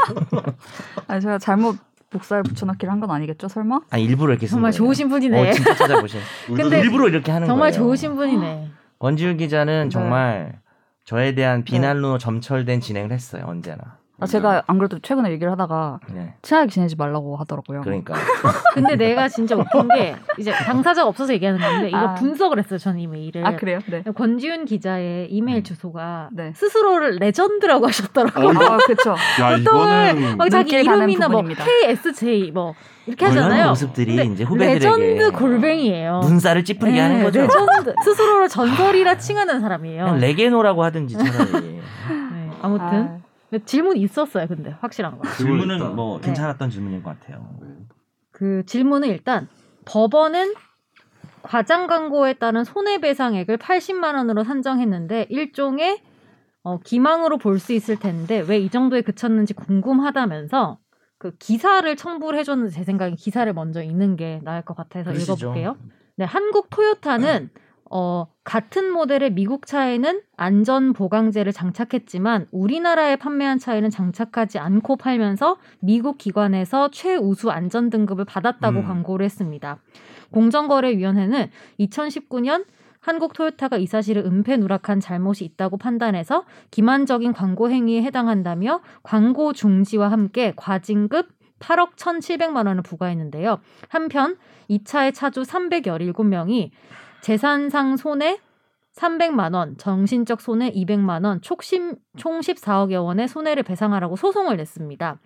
A: 아 제가 잘못 복사를 붙여넣기를 한 건 아니겠죠? 설마?
B: 아 일부러 이렇게 쓴
D: 정말
B: 거예요.
D: 좋으신 분이네.
B: 어, 진짜 찾아보신.
D: 근데
B: 일부러 이렇게 하는
D: 정말
B: 거예요.
D: 좋으신 분이네.
B: 권지윤 기자는
A: 네.
D: 네.
B: 정말 저에 대한 비난로 점철된 진행을 했어요 언제나
A: 아, 제가 안 그래도 최근에 얘기를 하다가
B: 네.
A: 친하게 지내지 말라고 하더라고요.
B: 그러니까
D: 근데 내가 진짜 웃긴 게 이제 당사자가 없어서 얘기하는 건데 이거
A: 아.
D: 분석을 했어요. 저는 이 메일을.
A: 아 그래요? 네.
D: 권지윤 기자의 이메일
B: 음.
D: 주소가
A: 네.
D: 스스로를 레전드라고 하셨더라고요.
C: 어, 이거-
A: 아 그렇죠.
C: 야
D: 보통은
C: 이거는
D: 막 자기
A: 눈길 가는
D: 이름이나 뭐
A: 부분입니다.
D: KSJ 뭐 이렇게
C: 이런
B: 이런
D: 하잖아요. 근데
B: 모습들이 이제 후배들에게 어,
D: 레전드 골뱅이에요.
B: 눈살을 찌푸리게
D: 네,
B: 하는 거죠. 네.
D: 레전드 스스로를 전설이라 칭하는 사람이에요.
B: 그냥 레게노라고 하든지
D: [LAUGHS]
B: 차라리.
D: 네, 아무튼
A: 아,
D: 근데 질문 있었어요. 근데 확실한 거.
B: 질문은 뭐
D: 네.
B: 괜찮았던 질문인 것 같아요.
C: 네.
D: 그 질문은 일단 법원은 과장 광고에 따른 손해배상액을 80만 원으로 산정했는데 일종의 어, 기망으로 볼 수 있을 텐데 왜 이 정도에 그쳤는지 궁금하다면서 그 기사를 첨부를 해줬는데 제 생각엔 기사를 먼저 읽는 게 나을 것 같아서
B: 글씨죠.
D: 읽어볼게요. 네, 한국 토요타는 어, 같은 모델의 미국 차에는 안전 보강제를 장착했지만 우리나라에 판매한 차에는 장착하지 않고 팔면서 미국 기관에서 최우수 안전 등급을 받았다고
B: 음.
D: 광고를 했습니다. 공정거래위원회는 2019년 한국 토요타가 이 사실을 은폐 누락한 잘못이 있다고 판단해서 기만적인 광고 행위에 해당한다며 광고 중지와 함께 과징급 8억 1,700만 원을 부과했는데요. 한편 이 차의 차주 317명이 재산상 손해 300만 원, 정신적 손해 200만 원, 촉심, 총 14억여 원의 손해를 배상하라고 소송을 냈습니다.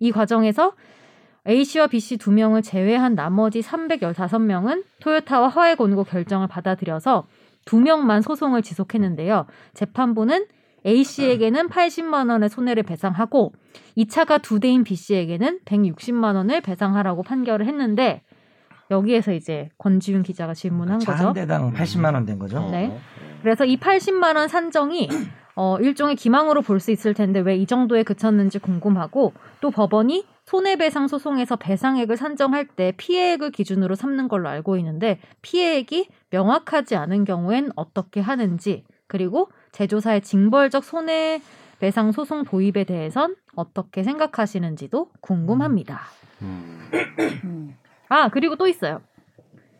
D: 이 과정에서 A씨와 B씨 두 명을 제외한 나머지 315명은 토요타와 화해 권고 결정을 받아들여서 두 명만 소송을 지속했는데요. 재판부는 A씨에게는 80만 원의 손해를 배상하고 이 차가 두 대인 B씨에게는 160만 원을 배상하라고 판결을 했는데 여기에서 이제 권지윤 기자가 질문한
B: 그러니까 차
D: 거죠.
B: 한 대당 80만 원 된 거죠.
D: 네.
C: 어.
D: 그래서 이 80만 원 산정이 어, 일종의 기망으로 볼 수 있을 텐데 왜 이 정도에 그쳤는지 궁금하고 또 법원이 손해배상 소송에서 배상액을 산정할 때 피해액을 기준으로 삼는 걸로 알고 있는데 피해액이 명확하지 않은 경우엔 어떻게 하는지 그리고 제조사의 징벌적 손해배상 소송 도입에 대해선 어떻게 생각하시는지도 궁금합니다.
C: 음,
A: 음.
D: 아 그리고 또 있어요.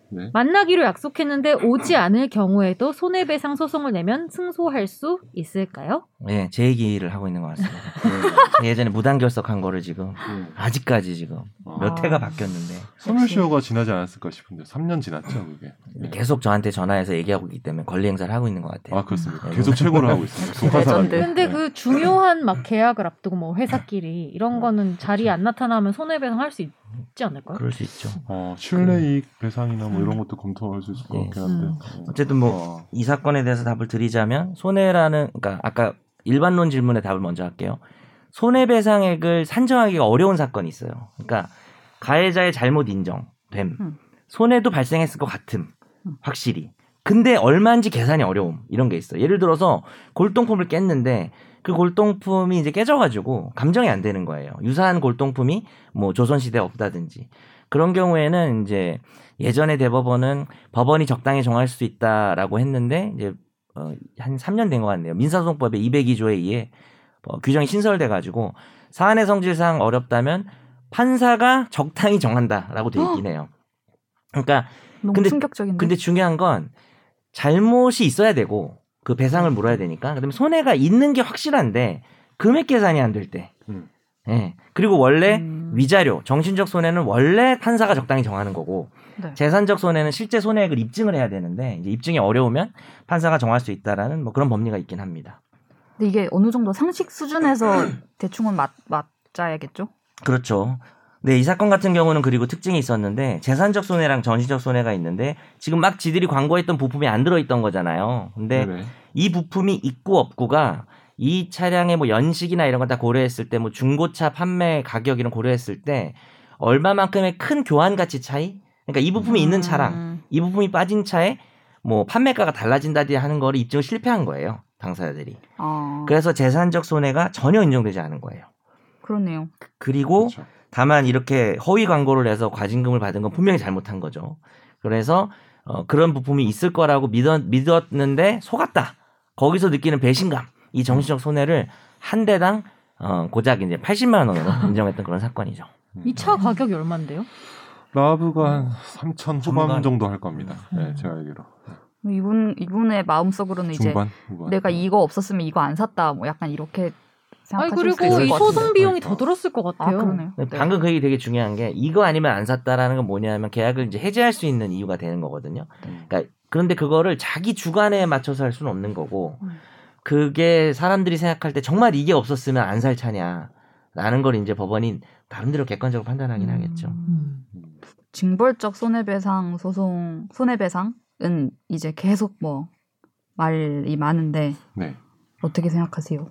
C: 네.
D: 만나기로 약속했는데 오지 않을 경우에도 손해배상 소송을 내면 승소할 수 있을까요?
B: 예, 제 얘기를 하고 있는 것 같습니다. 예, 예전에 무단결석한 거를 지금
C: 음.
B: [LAUGHS] 아직까지 지금
C: 어.
B: 몇 해가 바뀌었는데
C: 소멸시효가 지나지 않았을까 싶은데 3년 지났죠 그게. 네.
B: 계속 저한테 전화해서 얘기하고 있기 때문에 권리 행사를 하고 있는 것 같아요.
C: 아 그렇습니까.
B: 네.
C: 계속 최고를 하고 있습니다. 네. 독한 사람.
A: 레전드.
D: 근데 그 중요한 막 계약을 앞두고 뭐 회사끼리 이런 거는 자리에 안 나타나면 손해배상 할 수 있지 않을까요?
B: 아, 그럴 수 있죠.
C: 어, 신뢰이익 배상이나 뭐
A: 음.
C: 이런 것도 검토할 수 있을 것
B: 그 예.
C: 같긴 한데.
D: 음.
B: 어쨌든 뭐
C: 어,
B: 이 사건에 대해서 답을 드리자면 손해라는 그러니까 아까 일반론 질문에 답을 먼저 할게요. 손해배상액을 산정하기가 어려운 사건이 있어요. 그러니까 가해자의 잘못 인정됨,
A: 음.
B: 손해도 발생했을 것 같음,
A: 음.
B: 확실히. 근데 얼마인지 계산이 어려움 이런 게 있어. 요 예를 들어서 골동품을 깼는데 그 골동품이 이제 깨져가지고 감정이 안 되는 거예요. 유사한 골동품이 뭐 조선시대에 없다든지 그런 경우에는 이제 예전에 대법원은 법원이 적당히 정할 수 있다라고 했는데 이제 어, 한 3년 된 것 같네요. 민사소송법의 202조에 의해 어, 규정이 신설돼 가지고 사안의 성질상 어렵다면 판사가 적당히 정한다라고 돼 있긴 해요. 그러니까
A: 너무
B: 근데-
A: 충격적인데.
B: 근데 중요한 건 잘못이 있어야 되고 그 배상을 물어야 되니까 그다음에 손해가 있는 게 확실한데 금액 계산이 안 될 때.
C: 음.
B: 예. 그리고 원래
A: 음.
B: 위자료, 정신적 손해는 원래 판사가 적당히 정하는 거고
A: 네.
B: 재산적 손해는 실제 손해액을 입증을 해야 되는데 이제 입증이 어려우면 판사가 정할 수 있다라는 뭐 그런 법리가 있긴 합니다.
A: 근데 이게 어느 정도 상식 수준에서
B: [CLEARS THROAT]
A: 대충은 맞 맞아야겠죠.
B: 그렇죠. 네, 이 사건 같은 경우는 그리고 특징이 있었는데 재산적 손해랑 정신적 손해가 있는데 지금 막 지들이 광고했던 부품이 안 들어있던 거잖아요. 근데
C: 네네.
B: 이 부품이 있고 없고가 이 차량의 뭐 연식이나 이런 거 다 고려했을 때 뭐 중고차 판매 가격 이런 거 고려했을 때 얼마만큼의 큰 교환 가치 차이? 그러니까 이 부품이 있는 차랑
D: 음.
B: 이 부품이 빠진 차에 뭐 판매가가 달라진다든지 하는 거를 입증을 실패한 거예요. 당사자들이.
A: 아,
B: 그래서 재산적 손해가 전혀 인정되지 않은 거예요.
A: 그렇네요.
B: 그리고
C: 그렇죠.
B: 다만 이렇게 허위 광고를 해서 과징금을 받은 건 분명히 잘못한 거죠. 그래서 어, 그런 부품이 있을 거라고 믿었, 믿었는데 속았다. 거기서 느끼는 배신감, 이 정신적 손해를 한 대당 어, 고작 이제 80만 원으로 인정했던 그런 사건이죠.
C: 음.
D: 이 차 가격이 얼만데요?
C: 라브가 한 3천 후반
B: 음. 중반.
C: 정도 할 겁니다.
D: 음.
C: 네, 제가 알기로.
A: 이분 이분의 마음속으로는 이제
C: 중반 후반.
A: 내가 이거 없었으면 이거 안 샀다. 뭐 약간 이렇게
D: 아니
A: 생각하실 수도
D: 그리고
A: 있을
D: 이
A: 것 같은데.
D: 소송 비용이 더
B: 그러니까.
D: 들었을 것
A: 아
D: 같아요.
A: 그러네요.
B: 근데
D: 네.
B: 방금 그 얘기 되게 중요한 게 이거 아니면 안 샀다라는 건 뭐냐면 계약을 이제 해지할 수 있는 이유가 되는 거거든요.
C: 음.
B: 그러니까 그런데 그거를 자기 주관에 맞춰서 할 수는 없는 거고
A: 음.
B: 그게 사람들이 생각할 때 정말 이게 없었으면 안 살 차냐라는 걸 이제 법원이 나름대로 객관적으로 판단하긴 하겠죠.
A: 음. 징벌적 손해배상 소송 손해배상은 이제 계속 뭐 말이 많은데
C: 네.
B: 음.
A: 어떻게 생각하세요?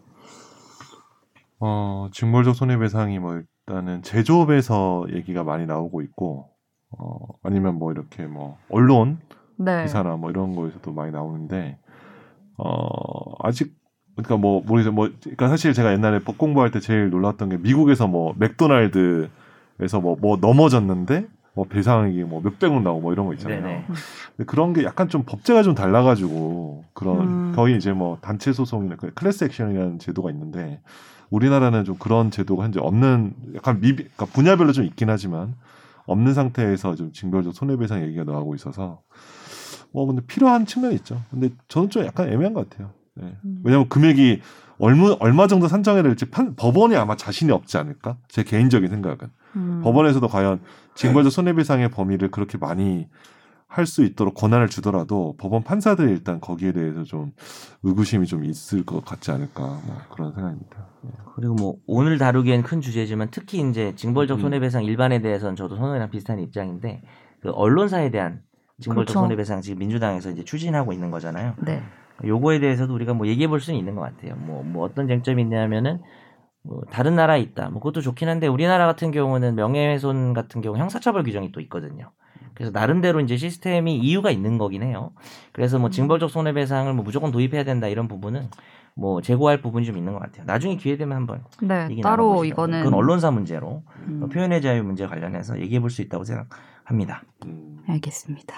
C: 어, 징벌적 손해배상이 뭐 일단은 제조업에서 얘기가 많이 나오고 있고, 어, 아니면 뭐 이렇게 뭐 언론
A: 네.
C: 기사나 뭐 이런 거에서도 많이 나오는데, 어, 아직 그러니까 뭐 모르겠어요. 뭐 그러니까 사실 제가 옛날에 법 공부할 때 제일 놀랐던 게 미국에서 뭐 맥도날드에서 뭐 뭐 넘어졌는데 뭐 배상액이 뭐 몇백 원 나오고 뭐 이런 거 있잖아요.
B: 네네.
C: 근데 그런 게 약간 좀 법제가 좀 달라가지고 그런
D: 음.
C: 거의 이제 뭐 단체 소송이나 그 클래스 액션이라는 제도가 있는데 우리나라는 좀 그런 제도가 현재 없는 약간 미 그러니까 분야별로 좀 있긴 하지만 없는 상태에서 좀 징벌적 손해배상 얘기가 나오고 있어서 뭐 근데 필요한 측면이 있죠. 근데 저는 좀 약간 애매한 것 같아요. 네.
D: 음.
C: 왜냐하면 금액이 얼마 얼마 정도 산정해야 될지 판- 법원이 아마 자신이 없지 않을까 제 개인적인 생각은.
A: 음.
C: 법원에서도 과연 징벌적 손해배상의 범위를 그렇게 많이 할 수 있도록 권한을 주더라도 법원 판사들이 일단 거기에 대해서 좀 의구심이 좀 있을 것 같지 않을까 뭐 그런 생각입니다.
B: 그리고 뭐 오늘 다루기엔 큰 주제지만 특히 이제 징벌적
C: 음.
B: 손해배상 일반에 대해서는 저도 선호이랑 비슷한 입장인데 그 언론사에 대한 징벌적
A: 그렇죠.
B: 손해배상 지금 민주당에서 이제 추진하고 있는 거잖아요.
A: 네.
B: 요거에 대해서도 우리가 뭐 얘기해 볼 수는 있는 것 같아요. 뭐, 뭐 어떤 쟁점이 있냐면은 뭐 다른 나라에 있다. 뭐 그것도 좋긴 한데 우리나라 같은 경우는 명예훼손 같은 경우 형사처벌 규정이 또 있거든요. 그래서 나름대로 이제 시스템이 이유가 있는 거긴 해요. 그래서
A: 음.
B: 뭐 징벌적 손해배상을 뭐 무조건 도입해야 된다 이런 부분은 뭐 제고할 부분이 좀 있는 것 같아요. 나중에 기회 되면 한번
A: 네.
B: 얘기
A: 따로
B: 나눠보시죠.
A: 이거는
B: 그건 언론사 문제로
A: 음,
B: 표현의 자유 문제 관련해서 얘기해 볼 수 있다고 생각합니다.
A: 음. 네. 알겠습니다.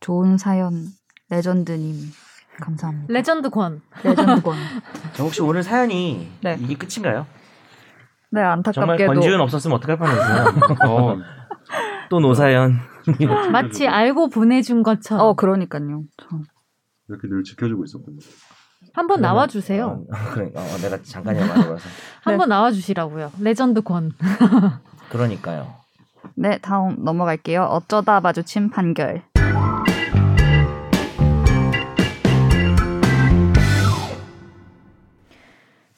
A: 좋은 사연 레전드님 감사합니다.
D: 레전드 권.
A: 레전드권.
B: 저 혹시 오늘 사연이
A: 네.
B: 이게 끝인가요?
A: [LAUGHS] 네
B: 정말
A: 안타깝게도
B: 권지윤 없었으면 어떡할 뻔했어요.
A: [LAUGHS]
C: 어,
B: 또 노사연.
C: 음.
D: 마치 알고 보내준
B: 음.
D: 것처럼
A: 어 그러니까요. 참.
C: 이렇게 늘 지켜주고 있었군요. 네.
D: 한번 나와 주세요.
B: 어, 그러니까 어, 내가 잠깐이야 말해봐서.
D: 한번
A: 네.
D: 나와 주시라고요. 레전드 권.
B: 그러니까요.
A: 네 다음 넘어갈게요. 어쩌다 마주친 판결.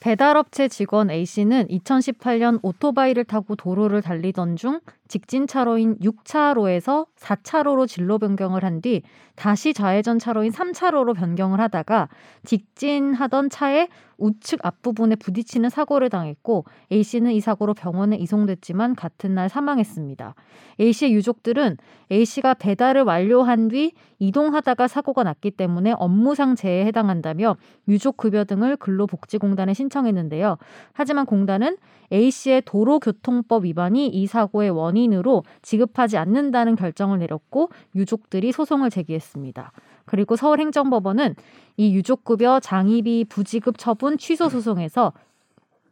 D: 배달업체 직원 A 씨는 2018년 오토바이를 타고 도로를 달리던 중 직진 차로인 6차로에서 4차로로 진로 변경을 한 뒤 다시 좌회전 차로인 3차로로 변경을 하다가 직진하던 차의 우측 앞부분에 부딪히는 사고를 당했고 A 씨는 이 사고로 병원에 이송됐지만 같은 날 사망했습니다. A 씨의 유족들은 A 씨가 배달을 완료한 뒤 이동하다가 사고가 났기 때문에 업무상 재해에 해당한다며 유족 급여 등을 근로복지공단에 신청했는데요. 하지만 공단은 A 씨의 도로교통법 위반이 이 사고의 원인으로 지급하지 않는다는 결정을 내렸고 유족들이 소송을 제기했습니다. 그리고 서울행정법원은 이 유족급여 장의비 부지급 처분 취소 소송에서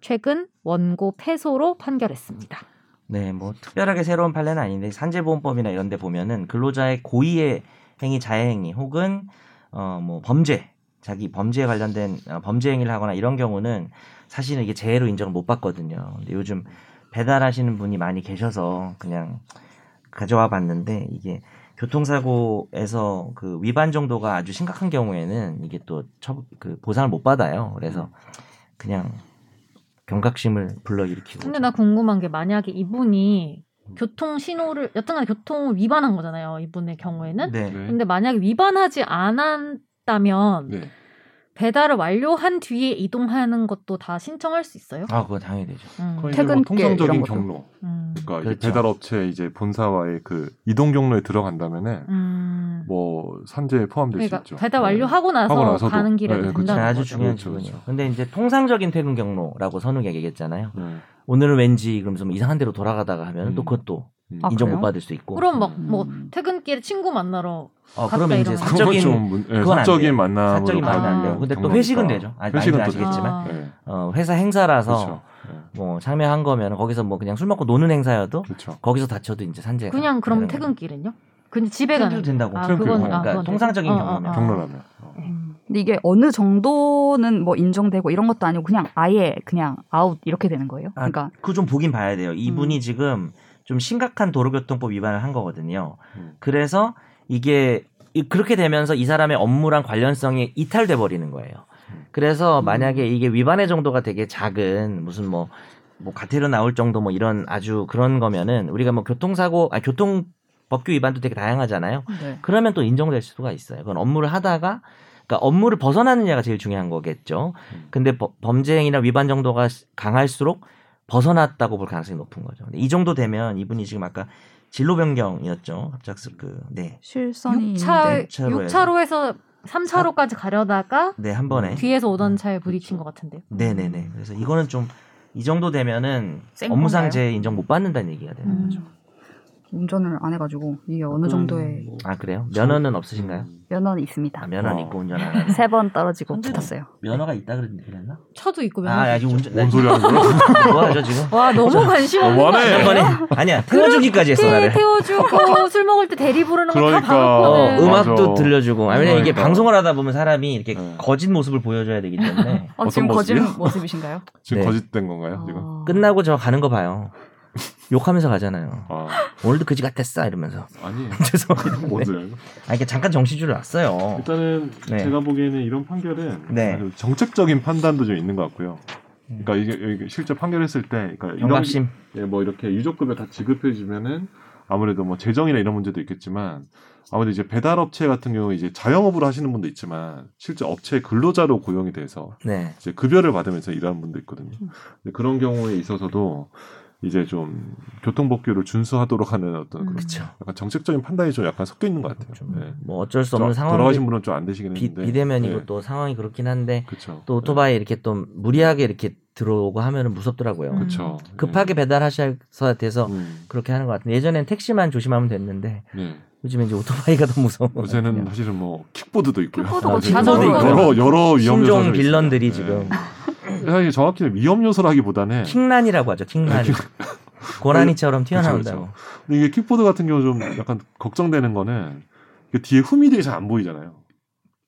D: 최근 원고 패소로 판결했습니다.
B: 네, 뭐 특별하게 새로운 판례는 아닌데 산재보험법이나 이런데 보면은 근로자의 고의의 행위, 자해행위 혹은 어 뭐 범죄, 자기 범죄에 관련된 어, 범죄 행위를 하거나 이런 경우는 사실은 이게 재해로 인정을 못 받거든요. 근데 요즘 배달하시는 분이 많이 계셔서 그냥 가져와 봤는데 이게 교통사고에서 그 위반 정도가 아주 심각한 경우에는 이게 또 처그 보상을 못 받아요. 그래서 그냥 경각심을 불러일으키고
D: 근데 나 궁금한 게 만약에 이분이 교통 신호를 여튼간 교통을 위반한 거잖아요. 이분의 경우에는.
B: 네.
D: 근데 만약에 위반하지 않았다면
C: 네.
D: 배달을 완료한 뒤에 이동하는 것도 다 신청할 수 있어요?
B: 아, 그거 당연히 되죠.
D: 음.
C: 거의 이제 뭐
A: 퇴근길 이런
C: 통상적인
A: 것도.
C: 경로,
D: 음.
C: 그러니까
B: 그렇죠.
C: 배달업체 이제 본사와의 그 이동 경로에 들어간다면은
D: 음.
C: 뭐 산재에 포함될
D: 그러니까
C: 수 있죠.
D: 배달
C: 네.
D: 완료하고 나서
C: 하고 나서도.
D: 가는 길에
C: 네,
D: 도
C: 그쵸.
B: 네,
D: 된다는
B: 아주
D: 거죠.
B: 중요한
C: 그렇죠,
B: 질문이에요.
C: 그렇죠.
B: 근데 이제 통상적인 퇴근 경로라고 선우가 얘기했잖아요.
C: 네.
B: 오늘은 왠지 그러면서 뭐 이상한 데로 돌아가다가 하면
C: 음.
B: 또 그것도
C: 음.
A: 아,
B: 인정
A: 그래요?
B: 못 받을 수 있고.
D: 그럼 막 뭐
A: 음.
D: 퇴근길에 친구 만나러
B: 어,
D: 갔다
B: 그러면 이제
D: 이러면
C: 그건
B: 사적인
C: 좀 문- 예,
B: 그건 안 돼요.
C: 사적인 만남으로
B: 사적인
D: 만남은
C: 가는
D: 안 돼요.
C: 게
B: 근데 또
C: 경로니까.
B: 회식은 되죠. 아,
C: 아,
B: 많이들
C: 회식은 또
B: 아시겠죠. 그렇지만.
D: 아,
C: 네.
B: 어, 회사 행사라서
C: 그렇죠. 네.
B: 뭐 참여한 거면 거기서 뭐 그냥 술 먹고 노는 행사여도
C: 그렇죠.
B: 거기서 다쳐도 이제 산재.
D: 그냥
B: 네.
D: 그럼 퇴근길은요? 그냥 집에 가는
B: 된다고.
D: 아,
C: 퇴근길.
D: 그건
C: 어,
D: 아,
B: 그러니까
D: 그건
B: 통상적인
D: 어, 어,
B: 경우면.
D: 어.
C: 경로라면. 어.
A: 음. 근데 이게 어느 정도는 뭐 인정되고 이런 것도 아니고 그냥 아예 그냥 아웃 이렇게 되는 거예요.
B: 아,
A: 그러니까
B: 그거 좀 보긴 봐야 돼요. 이분이
D: 음.
B: 지금 좀 심각한 도로교통법 위반을 한 거거든요.
C: 음.
B: 그래서 이게 이- 그렇게 되면서 이 사람의 업무랑 관련성이 이탈돼 버리는 거예요. 그래서
A: 음.
B: 만약에 이게 위반의 정도가 되게 작은 무슨 뭐 뭐 가태료 나올 정도 뭐 이런 아주 그런 거면은 우리가 뭐 교통사고 아 교통 법규 위반도 되게 다양하잖아요.
A: 네.
B: 그러면 또 인정될 수가 있어요. 그건 업무를 하다가 그러니까 업무를 벗어나느냐가 제일 중요한 거겠죠.
C: 음.
B: 근데 버- 범죄행위나 위반 정도가 시- 강할수록 벗어났다고 볼 가능성이 높은 거죠. 근데 이 정도 되면 이분이 지금 아까 진로 변경이었죠. 갑작스 그 네.
A: 실선이 있는데.
D: 6차,
B: 육차로에서.
D: 6차로에서 3차로까지 가려다가
B: 네, 한 번에.
D: 뒤에서 오던 차에 부딪힌 것 같은데요.
B: 네, 네, 네. 그래서 이거는 좀 이 정도 되면은
A: 센
B: 업무상
A: 건가요?
B: 제 인정 못 받는다는 얘기가 되는
D: 음.
B: 거죠.
A: 운전을 안 해가지고 이게 어느 정도의
B: 아, 그래요? 면허는 없으신가요?
C: 음.
A: 면허는
B: 아,
A: 있습니다.
B: 면허
C: 어.
B: 있고 운전 안 하는.
A: 세 번 떨어지고
B: 근데-
A: 붙었어요.
B: [LAUGHS] 면허가 있다 그랬는데 그랬나?
D: 차도 있고
B: 아,
D: 면허도
B: 아직
D: 있죠.
B: 운전
C: 뭔 소리 하는 거야? 어,
B: 뭐 하죠, 지금?
D: 와 너무 관심 없는 거
C: 너무하네.
B: 한 번에 아니야. 태워주기까지 했어,
D: 네, 태,
B: 나를. [LAUGHS]
D: 태워주고 술 먹을 때 대리 부르는 거 다
C: 그러니까.
B: 어,
D: 방어권을
C: 음.
B: 음악도
C: 맞아.
B: 들려주고. 아니면 이게
C: 그러니까.
B: 방송을 하다 보면 사람이 이렇게
C: 네.
B: 거짓 모습을 보여줘야 되기 때문에
A: 어,
C: 어떤
A: 지금 거짓
C: 모습이요?
A: 모습이신가요?
C: 지금
B: 네.
C: 거짓된 건가요? 지금?
D: 어,
A: 아.
B: 끝나고 저 가는 거 봐요. 욕하면서 가잖아요.
C: 아
B: 오늘도 그지 같았어 이러면서 [LAUGHS]
C: 아니에요.
B: 죄송합니다.
C: [LAUGHS] 뭔
B: 네.
C: 소리 하는 거야?
B: 아 이게 잠깐 정신줄을 놨어요.
C: 일단은
B: 네.
C: 제가 보기에는 이런 판결은
B: 네. 음.
C: 아주 정책적인 판단도 좀 있는 것 같고요. 그러니까 이게, 이게 실제 판결했을 때, 그러니까 이런
B: 경각심.
C: 예, 뭐 이렇게 유족급여 다 지급해 주면은 아무래도 뭐 재정이나 이런 문제도 있겠지만 아무래도 이제 배달 업체 같은 경우 이제 자영업으로 하시는 분도 있지만 실제 업체 근로자로 고용이 돼서
B: 네.
C: 이제 급여를 받으면서 일하는 분도 있거든요.
B: 음.
C: 근데 그런 경우에 있어서도 이제 좀 교통법규를 준수하도록 하는 어떤 그런
B: 그렇죠.
C: 약간 정책적인 판단이 좀 약간 섞여 있는 것 같아요.
B: 좀
C: 예.
B: 뭐 어쩔 수
C: 저-
B: 없는
C: 돌아가신
B: 상황이
C: 분은 좀 안 되시긴
B: 비,
C: 했는데 네.
B: 비대면이고 또 상황이 그렇긴 한데
C: 그렇죠.
B: 또 오토바이 이렇게 또 무리하게 이렇게 들어오고 하면은 무섭더라고요.
D: 음.
C: 그렇죠.
B: 급하게 배달하셔서 돼서
C: 음,
B: 그렇게 하는 것 같은데 예전엔 택시만 조심하면 됐는데
C: 네.
B: 요즘에 이제 오토바이가 더 무서운 것
C: 요새는
B: 같아요.
C: 사실은 뭐 킥보드도 있고요.
D: 킥보드고
C: 아, 지금
B: 자전거
C: 여러-
B: 있고요.
C: 여러 여러 위험
B: 신종
C: 요소가
B: 빌런들이
C: 있어요.
B: 지금.
C: 네. 사실 정확히는 위험 요소라기보다는
B: 킹란이라고 하죠.
C: 네,
B: 킹란. 고라니처럼
C: 그렇죠,
B: 튀어나온다고.
C: 근데 이게 킥보드 같은 경우 좀 약간 걱정되는 거는 이게 뒤에 후미등이 잘 안 보이잖아요.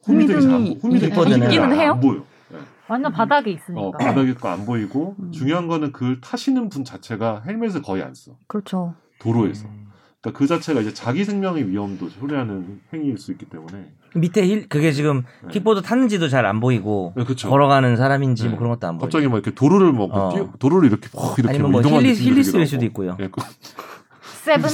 C: 후미등이 잘안
A: 후미등이
C: 보- 후미등이
B: 있기는 그러니까.
C: 잘
A: 해요?
C: 안 보여.
D: 완전 바닥에
C: 어,
D: 있으니까.
C: 바닥에 거 안 보이고
A: 음.
C: 중요한 거는 그 타시는 분 자체가 헬멧을 거의 안 써.
A: 그렇죠.
C: 도로에서.
B: 음.
C: 그러니까 그 자체가 이제 자기 생명의 위험도 초래하는 행위일 수 있기 때문에.
B: 밑에 힐 그게 지금
C: 네.
B: 킥보드 탔는지도 잘 안 보이고
C: 네, 그렇죠.
B: 걸어가는 사람인지
C: 네.
B: 뭐 그런 것도 안 보이고
C: 갑자기 막 이렇게 도로를 뭐
B: 어.
C: 뛰어- 도로를 이렇게 막 이렇게
B: 아니면 뭐
C: 이동하는
B: 힐리
C: 느낌도 들기도
B: 힐리스일
C: 하고.
B: 수도 있고요.
C: 예, 그-
D: 세븐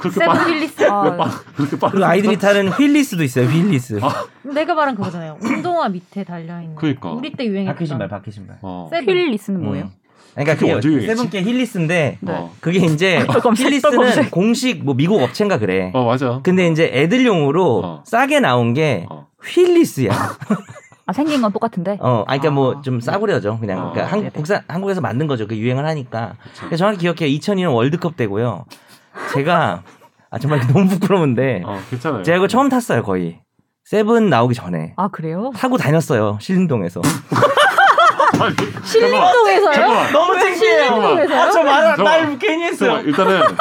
C: 그렇게
D: 세븐
C: 빠
D: 힐리스.
A: 아,
C: 그렇게 빠르
B: 그리고 아이들이 타는 휠리스도 있어요. 휠리스.
C: 아,
D: 내가 말한 그거잖아요. 운동화 밑에 달려 있는.
C: 그러니까.
D: 우리 때
B: 바퀴 신발,
D: 유행했던.
B: 바퀴 신발.
C: 어.
D: 세븐.
A: 힐리스는 뭐예요?
B: 음. 그러니까
C: 그게
B: 그게
C: 언제 유행했지?
B: 세븐께 힐리스인데
A: 네.
C: 어.
B: 그게 이제
A: [LAUGHS] 또 검색, 또
B: 힐리스는
A: 검색.
B: 공식 뭐 미국 업체인가 그래.
C: 어, 맞아.
B: 근데 이제 애들용으로
C: 어.
B: 싸게 나온 게
C: 어.
B: 휠리스야.
A: 아 생긴 건 똑같은데.
B: 어, 아니 그러니까 뭐
A: 아.
B: 좀 싸구려죠. 그냥
C: 어.
B: 그러니까 한국 국산 한국에서 만든 거죠. 그 유행을 하니까.
C: 그쵸.
B: 그러니까 정확히 기억해요. 2002년 월드컵 때고요. 제가 아 정말 [LAUGHS] 너무 부끄러운데
C: 어, 괜찮아요.
B: 제가 이거 처음 탔어요 거의 세븐 나오기 전에
A: 아 그래요?
B: 타고 다녔어요 신림동에서
C: 아니, 잠깐만.
D: 실내동에서요?
B: [LAUGHS]
C: 잠깐만.
B: 너무 창피해요
D: 신림동에서요?
B: 아저 말을
C: 잠깐만.
B: 말 괜히 했어요
C: 잠깐만. 일단은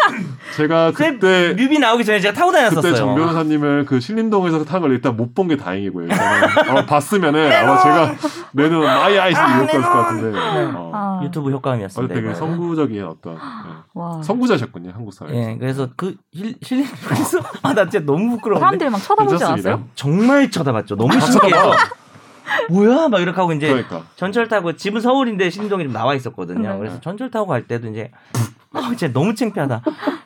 C: 제가
B: 그때 네,
C: 그때
B: 뮤비 나오기 전에 제가 타고
C: 그때 정
B: 다녔었어요
C: 변호사님을 그 신림동에서 탄 걸 일단 못 본 게 다행이고요. 일단은 아마 봤으면은 아마 제가 내 눈은 마이 아이스 이랬을 것 같은데. 어.
A: 아,
B: 유튜브
C: 아주
B: 효과음이었습니다
C: 되게
B: 이거는.
C: 선구적인 어떤 예.
A: 와.
C: 선구자셨군요 한국 사회에서.
B: 예 그래서 그 힐- 신림동에서 [LAUGHS] 아 나 진짜 너무 부끄러운데
A: 사람들이 막 쳐다보지 않았어요?
C: 괜찮습니다. 아,
B: 정말 쳐다봤죠 너무 [LAUGHS] 예. 신기해서 뭐야 막 이렇게 하고 이제
C: 그러니까
B: 전철 타고 집은 서울인데 신동이 좀 나와 있었거든요.
A: 네.
B: 그래서 전철 타고 갈 때도 이제 아 진짜 너무 창피하다.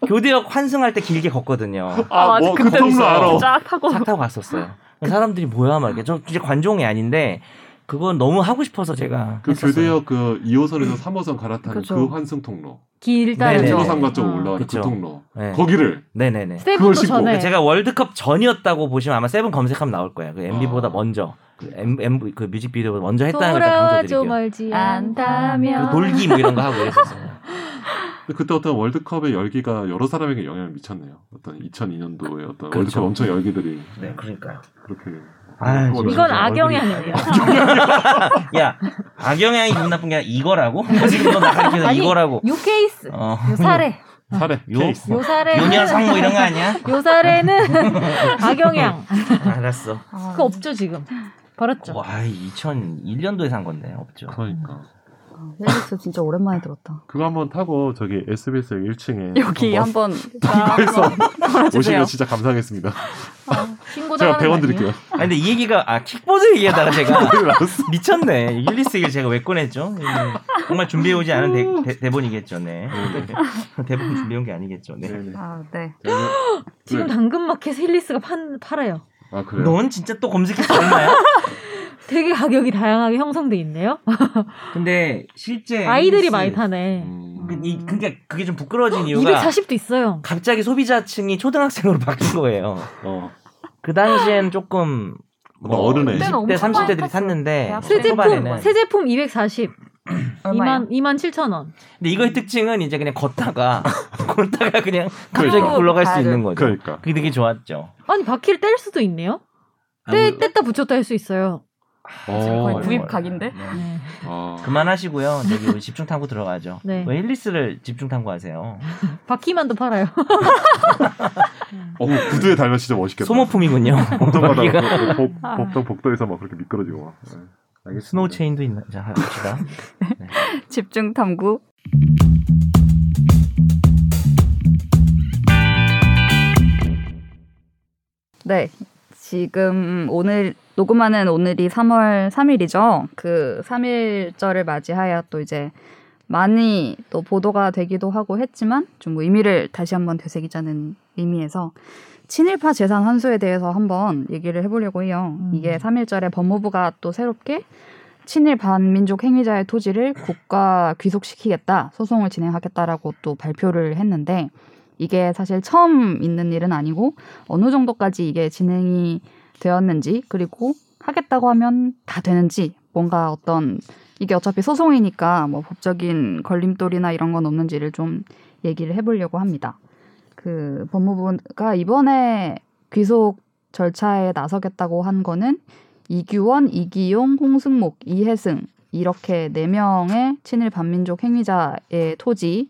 B: 교대역 환승할 때 길게 걷거든요.
A: 맞아.
C: 아뭐
A: 그때
C: 교통로 알아.
A: 쫙 하고
B: 차 타고 갔었어요. 사람들이 뭐야 막 이렇게 저 이제 관종이 아닌데 그건 너무 하고 싶어서 제가
C: 그
B: 했었어요.
C: 교대역 그 2호선에서 3호선 갈아타는 그
A: 그죠.
C: 환승 통로,
D: 길다는
B: 네네.
C: 도로상가 쪽으로
D: 어.
C: 올라가는 그
B: 그쵸.
C: 통로,
B: 네.
C: 거기를
B: 네네네.
C: 그걸
D: 세븐도
C: 신고.
D: 전에
B: 그 제가 월드컵 전이었다고 보시면 아마 세븐 검색하면 나올 거예요. 그 MB보다
C: 아.
B: 먼저 그 M, M 그 뮤직비디오보다 먼저 했다는 걸 일단
D: 돌아와줘
B: 강조드릴게요.
D: 멀지
B: 그
D: 않다면
B: 놀기 뭐 이런 거 하고 그랬었어요.
C: 근데 그때 어떤 월드컵의 열기가 여러 사람에게 영향을 미쳤네요. 어떤 2002년도에 어떤 월드컵
B: 그렇죠.
C: 엄청 열기들이
B: 네, 그러니까요.
C: 그렇게.
B: 아,
C: 그거
B: 지금
D: 이건
C: 진짜
D: 악영이
C: 얼굴이-
D: 아니에요.
B: 야, 악영향이 기분 나쁜 게 아니라 이거라고? 지금 너 가르치는
D: 아니,
B: 이거라고.
D: 요 케이스,
B: 어.
D: 요 사례,
C: 사례
B: 요-
C: 케이스.
D: 요 사례는
B: 요 녀석 뭐 이런 거
D: [LAUGHS]
B: 아니야?
D: 요 사례는 악영향.
B: [LAUGHS] 알았어.
A: 아,
D: 그거 없죠 지금. 벌었죠.
B: 와, 2001년도에 어, 산 건데 없죠.
C: 그러니까
A: 헬릭스 진짜 오랜만에 들었다.
C: 그거 한번 타고 저기 SBS 1층에
A: [LAUGHS] 여기
C: [LAUGHS]
A: 한번
C: 한국에서
A: 걸어주세요.
C: 뭐? 오시면 진짜 감사하겠습니다.
D: 신고
C: 제가
D: 당하는
C: 100원
D: 거 아니에요?
C: 드릴게요.
B: 아, 근데 이 얘기가 아 킥보드 얘기하다가 [LAUGHS] 제가
C: 알았어.
B: 미쳤네. 릴리스 얘기를 제가 왜 꺼냈죠? 예, 정말 준비해 오지 않은 대, 본이겠죠 네. 대본 준비해 온 게 아니겠죠. [LAUGHS] 네.
C: 네네.
A: 아, 네. [GASPS]
D: 지금
C: 네.
D: 당근마켓 힐리스가 판, 팔아요.
C: 아 그래요?
B: 넌 진짜 또 검색해서 얼마야?
D: 되게 가격이 다양하게 형성돼 있네요.
B: 근데 실제
D: 아이들이
B: 헬리스-
D: 많이 타네.
C: 음,
B: 그, 이, 그러니까 그게 좀 부끄러워진 이유가
D: 240도 있어요.
B: 갑자기 소비자층이 초등학생으로 바뀐 거예요.
C: 어.
B: 그 당시엔 조금
C: 뭐 어른의
B: 20대,
A: 그때는
B: 30대들이
A: 엄청 많이
B: 탔는데
A: 탔어요.
D: 새 제품
B: 네, 초반에는
D: 새 제품 240,
A: 얼마야?
D: 2만 2만 7천 원.
B: 근데 이거의 특징은 이제 그냥
C: [LAUGHS]
B: 걷다가 걷다가 그냥 갑자기
A: 그러니까.
B: 굴러갈 수
A: 가야
B: 있는 거죠.
C: 그러니까
B: 그게 되게 좋았죠.
D: 아니 바퀴를 뗄 수도 있네요.
B: 아,
D: 떼 뗐다 붙였다 할 수 있어요.
A: 거의
C: 어,
A: 구입 각인데?
B: 네.
D: 네.
C: 어.
B: 그만하시고요. 저기 우리 집중 탐구 들어가죠.
D: 네.
B: 왜 힐리스를 집중 탐구하세요?
C: 그러니까
D: 바퀴만도 팔아요.
C: 어, 구두에 달면 진짜 멋있겠다. [LAUGHS]
B: 소모품이군요. [LAUGHS]
C: 복동마다
B: 여기가. 아,
C: 그 복- 복동 복도에서 막 그렇게 미끄러지고 막. 네. 알겠습니다.
B: 스노우 체인도 있나? 자, 합시다.
A: [LAUGHS] 집중 탐구. 네. 지금 오늘 녹음하는 오늘이 3월 3일이죠. 그 3일절을 맞이하여 또 이제 많이 또 보도가 되기도 하고 했지만 좀뭐 의미를 다시 한번 되새기자는 의미에서 친일파 재산 환수에 대해서 한번 얘기를 해보려고 해요.
D: 음.
A: 이게 3일절에 법무부가 또 새롭게 친일 반민족 행위자의 토지를 국가 귀속시키겠다 소송을 진행하겠다라고 또 발표를 했는데 이게 사실 처음 있는 일은 아니고 어느 정도까지 이게 진행이 되었는지 그리고 하겠다고 하면 다 되는지 뭔가 어떤 이게 어차피 소송이니까 뭐 법적인 걸림돌이나 이런 건 없는지를 좀 얘기를 해보려고 합니다. 그 법무부가 이번에 귀속 절차에 나서겠다고 한 거는 이규원, 이기용, 홍승목, 이혜승 이렇게 네 명의 친일 반민족 행위자의 토지